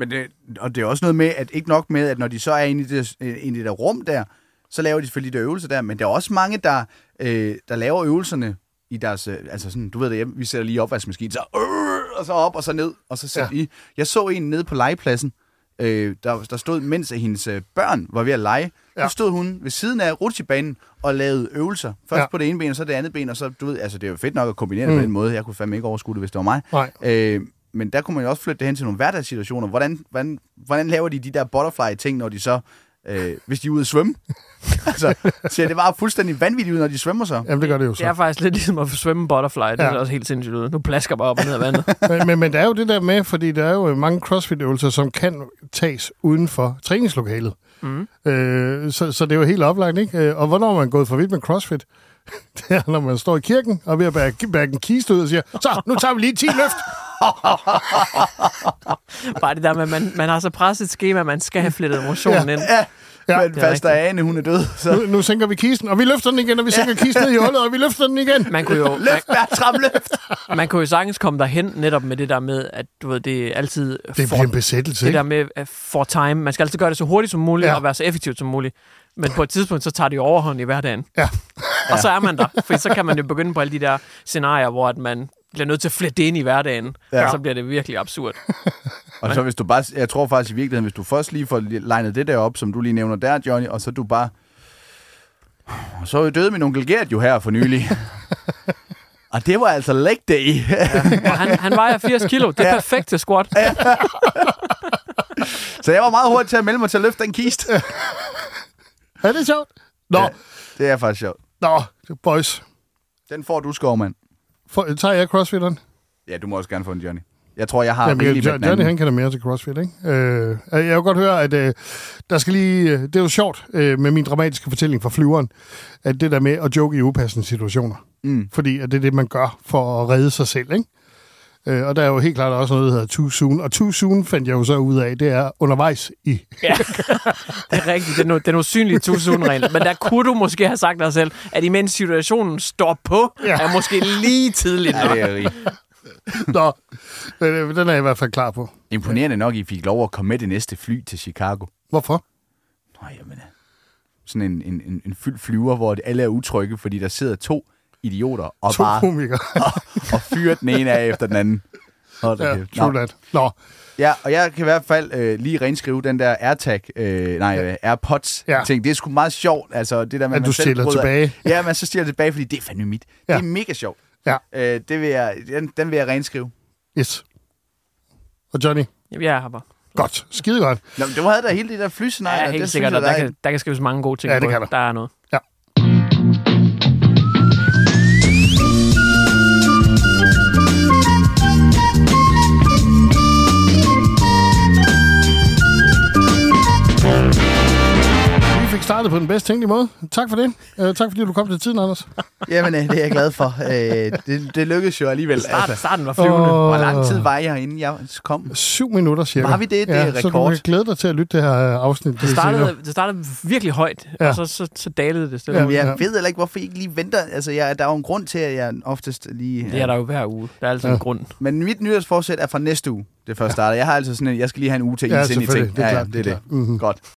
Men det, og det er også noget med, at ikke nok med, at når de så er inde i det, øh, inde i det der rum der, så laver de selvfølgelig de der øvelser der, men der er også mange, der, øh, der laver øvelserne i deres, øh, altså sådan, du ved det hjemme, vi sætter lige opvaskemaskinen, så, øh, og så op og så ned, og så sætter ja. i. Jeg så en nede på legepladsen, øh, der, der stod, mens at hendes øh, børn var ved at lege, ja. nu stod hun ved siden af rutsjebanen og lavede øvelser. Først ja. Ja. på det ene ben, og så det andet ben, og så, du ved, altså det er jo fedt nok at kombinere det mm. på den måde. Jeg kunne fandme ikke overskue det, hvis det var mig. Nej. Øh, men der kunne man jo også flytte det hen til nogle hverdagssituationer. Hvordan, hvordan, hvordan laver de de der butterfly-ting, når de så... Øh, hvis de er ude at svømme. altså, så det var fuldstændig vanvittigt ud, når de svømmer så. Jamen, det gør det jo Det er så. faktisk lidt ligesom at svømme en butterfly. Det Ja. er også helt sindssygt ud. Nu plasker bare op og ned af vandet. Men, men, men der er jo det der med, fordi der er jo mange crossfit-øvelser, som kan tages uden for træningslokalet. Mm. Øh, så, så det er jo helt oplagt, ikke? Øh, Og hvornår er man gået for vidt med crossfit? Det er, når man står i kirken og er ved at bære, bære en kiste ud og siger, så, nu tager vi lige 10 løft. bare det der med, at man, man har så presset et schema, at man skal have flettet motionen ja. ind. Ja, det men er faster rigtigt. Ane, hun er død. Så. Nu, nu sænker vi kisten, og vi løfter den igen, og vi sænker kisten ned i hullet, og vi løfter den igen. Man kunne jo, Løft, Bertram, løft! man, man kunne jo sagtens komme derhen netop med det der med, at du ved, det er altid Det bliver en besættelse, det ikke? der med uh, for time. Man skal altid gøre det så hurtigt som muligt ja. Ja. og være så effektivt som muligt. Men på et tidspunkt, så tager det jo overhånd i hverdagen. Ja. Og så er man der. For så kan man jo begynde på alle de der scenarier, hvor at man bliver nødt til at flette det ind i hverdagen. Ja. Ja. Og så bliver det virkelig absurd. Og så hvis du bare, jeg tror faktisk i virkeligheden, hvis du først lige får legnet det der op, som du lige nævner der, Johnny, og så du bare... Og Så er jo døde min onkel Gert jo her for nylig. og det var altså leg day. Og han, han vejer 80 kilo. Det er perfekt til squat. så jeg var meget hurtig til at melde mig til at løfte den kiste. Er det sjovt? Nå, ja. det er faktisk sjovt. nå, boys. Den får du, skovmand. For, tager jeg crossfitteren? Ja, du må også gerne få en Johnny. Jeg tror, jeg har Jamen, Jamen, rigeligt jeg, med den Johnny, anden. han kender mere til CrossFit, ikke? Øh, jeg kan jo godt høre, at øh, der skal lige... øh, Det er jo sjovt øh, med min dramatiske fortælling fra flyveren, at det der med at joke i upassende situationer. Mm. Fordi at det er det, man gør for at redde sig selv, ikke? Øh, og der er jo helt klart også noget, der hedder too soon. Og too soon fandt jeg jo så ud af, det er undervejs i... Ja. Det er rigtigt. Den, u- den usynlige 1000 regel Men der kunne du måske have sagt dig selv, at imens situationen står på, ja. Ja. er måske lige tidligt Ja, nok. det er rigtigt. Nå, men, øh, den er jeg i hvert fald klar på. Imponerende nok, I fik lov at komme med det næste fly til Chicago. Hvorfor? Nå, jamen, sådan en, en, en, en fyldt flyver, hvor alle er utrygge, fordi der sidder to idioter og To bare komikere. og fyrer den ene af efter den anden. Hold da Ja, kæft. true Nå. that. Nå, Ja, og jeg kan i hvert fald øh, lige renskrive den der AirTag, øh, nej, øh, AirPods Ja. ja. ting. Det er sgu meget sjovt, altså det der med, At du selv stjæler bryder- tilbage. Ja, man så stjæler tilbage, fordi det er fandme mit. Ja. Ja. Det er mega sjovt. Ja. Øh, det vil jeg, den, den vil jeg renskrive. yes. Og Johnny? Jamen, jeg er her bare. Godt. Skide godt. Nå, men du havde da hele det der flyscenarie. Ja, ja, helt sikkert. og Der, kan, der kan skrives mange gode ting Ja, det på. kan der. Der er noget. Ja. Vi fik startet på den bedst tænkelige måde. Tak for det. Uh, tak fordi du kom til tiden, Anders. Jamen, øh, det er jeg glad for. Øh, det, det lykkedes jo alligevel. Starten, Altså. starten var flyvende. Åh. Oh. Hvor lang tid var jeg, inden jeg kom? øh, Syv minutter cirka. Var vi det? Det er Så du rekord. kan glæde dig til at lytte det her øh, afsnit. Det startede, det startede virkelig højt, Ja. ja. og så, så, så dalede det stille. Ja. Ja. Jamen, jeg ved heller ikke, hvorfor I ikke lige venter. Altså, jeg, der er jo en grund til, at jeg oftest lige... Det er der jo hver uge. Der er altid ja. en grund. Men mit nyårsforsæt er fra næste uge, det første ja. starter. Jeg har altså sådan en, jeg skal lige have en uge til at Ja, ja, ind i selvfølgelig. ting. Det er ja, klart, Mhm. ja, det er det er det. Mm-hmm. Godt.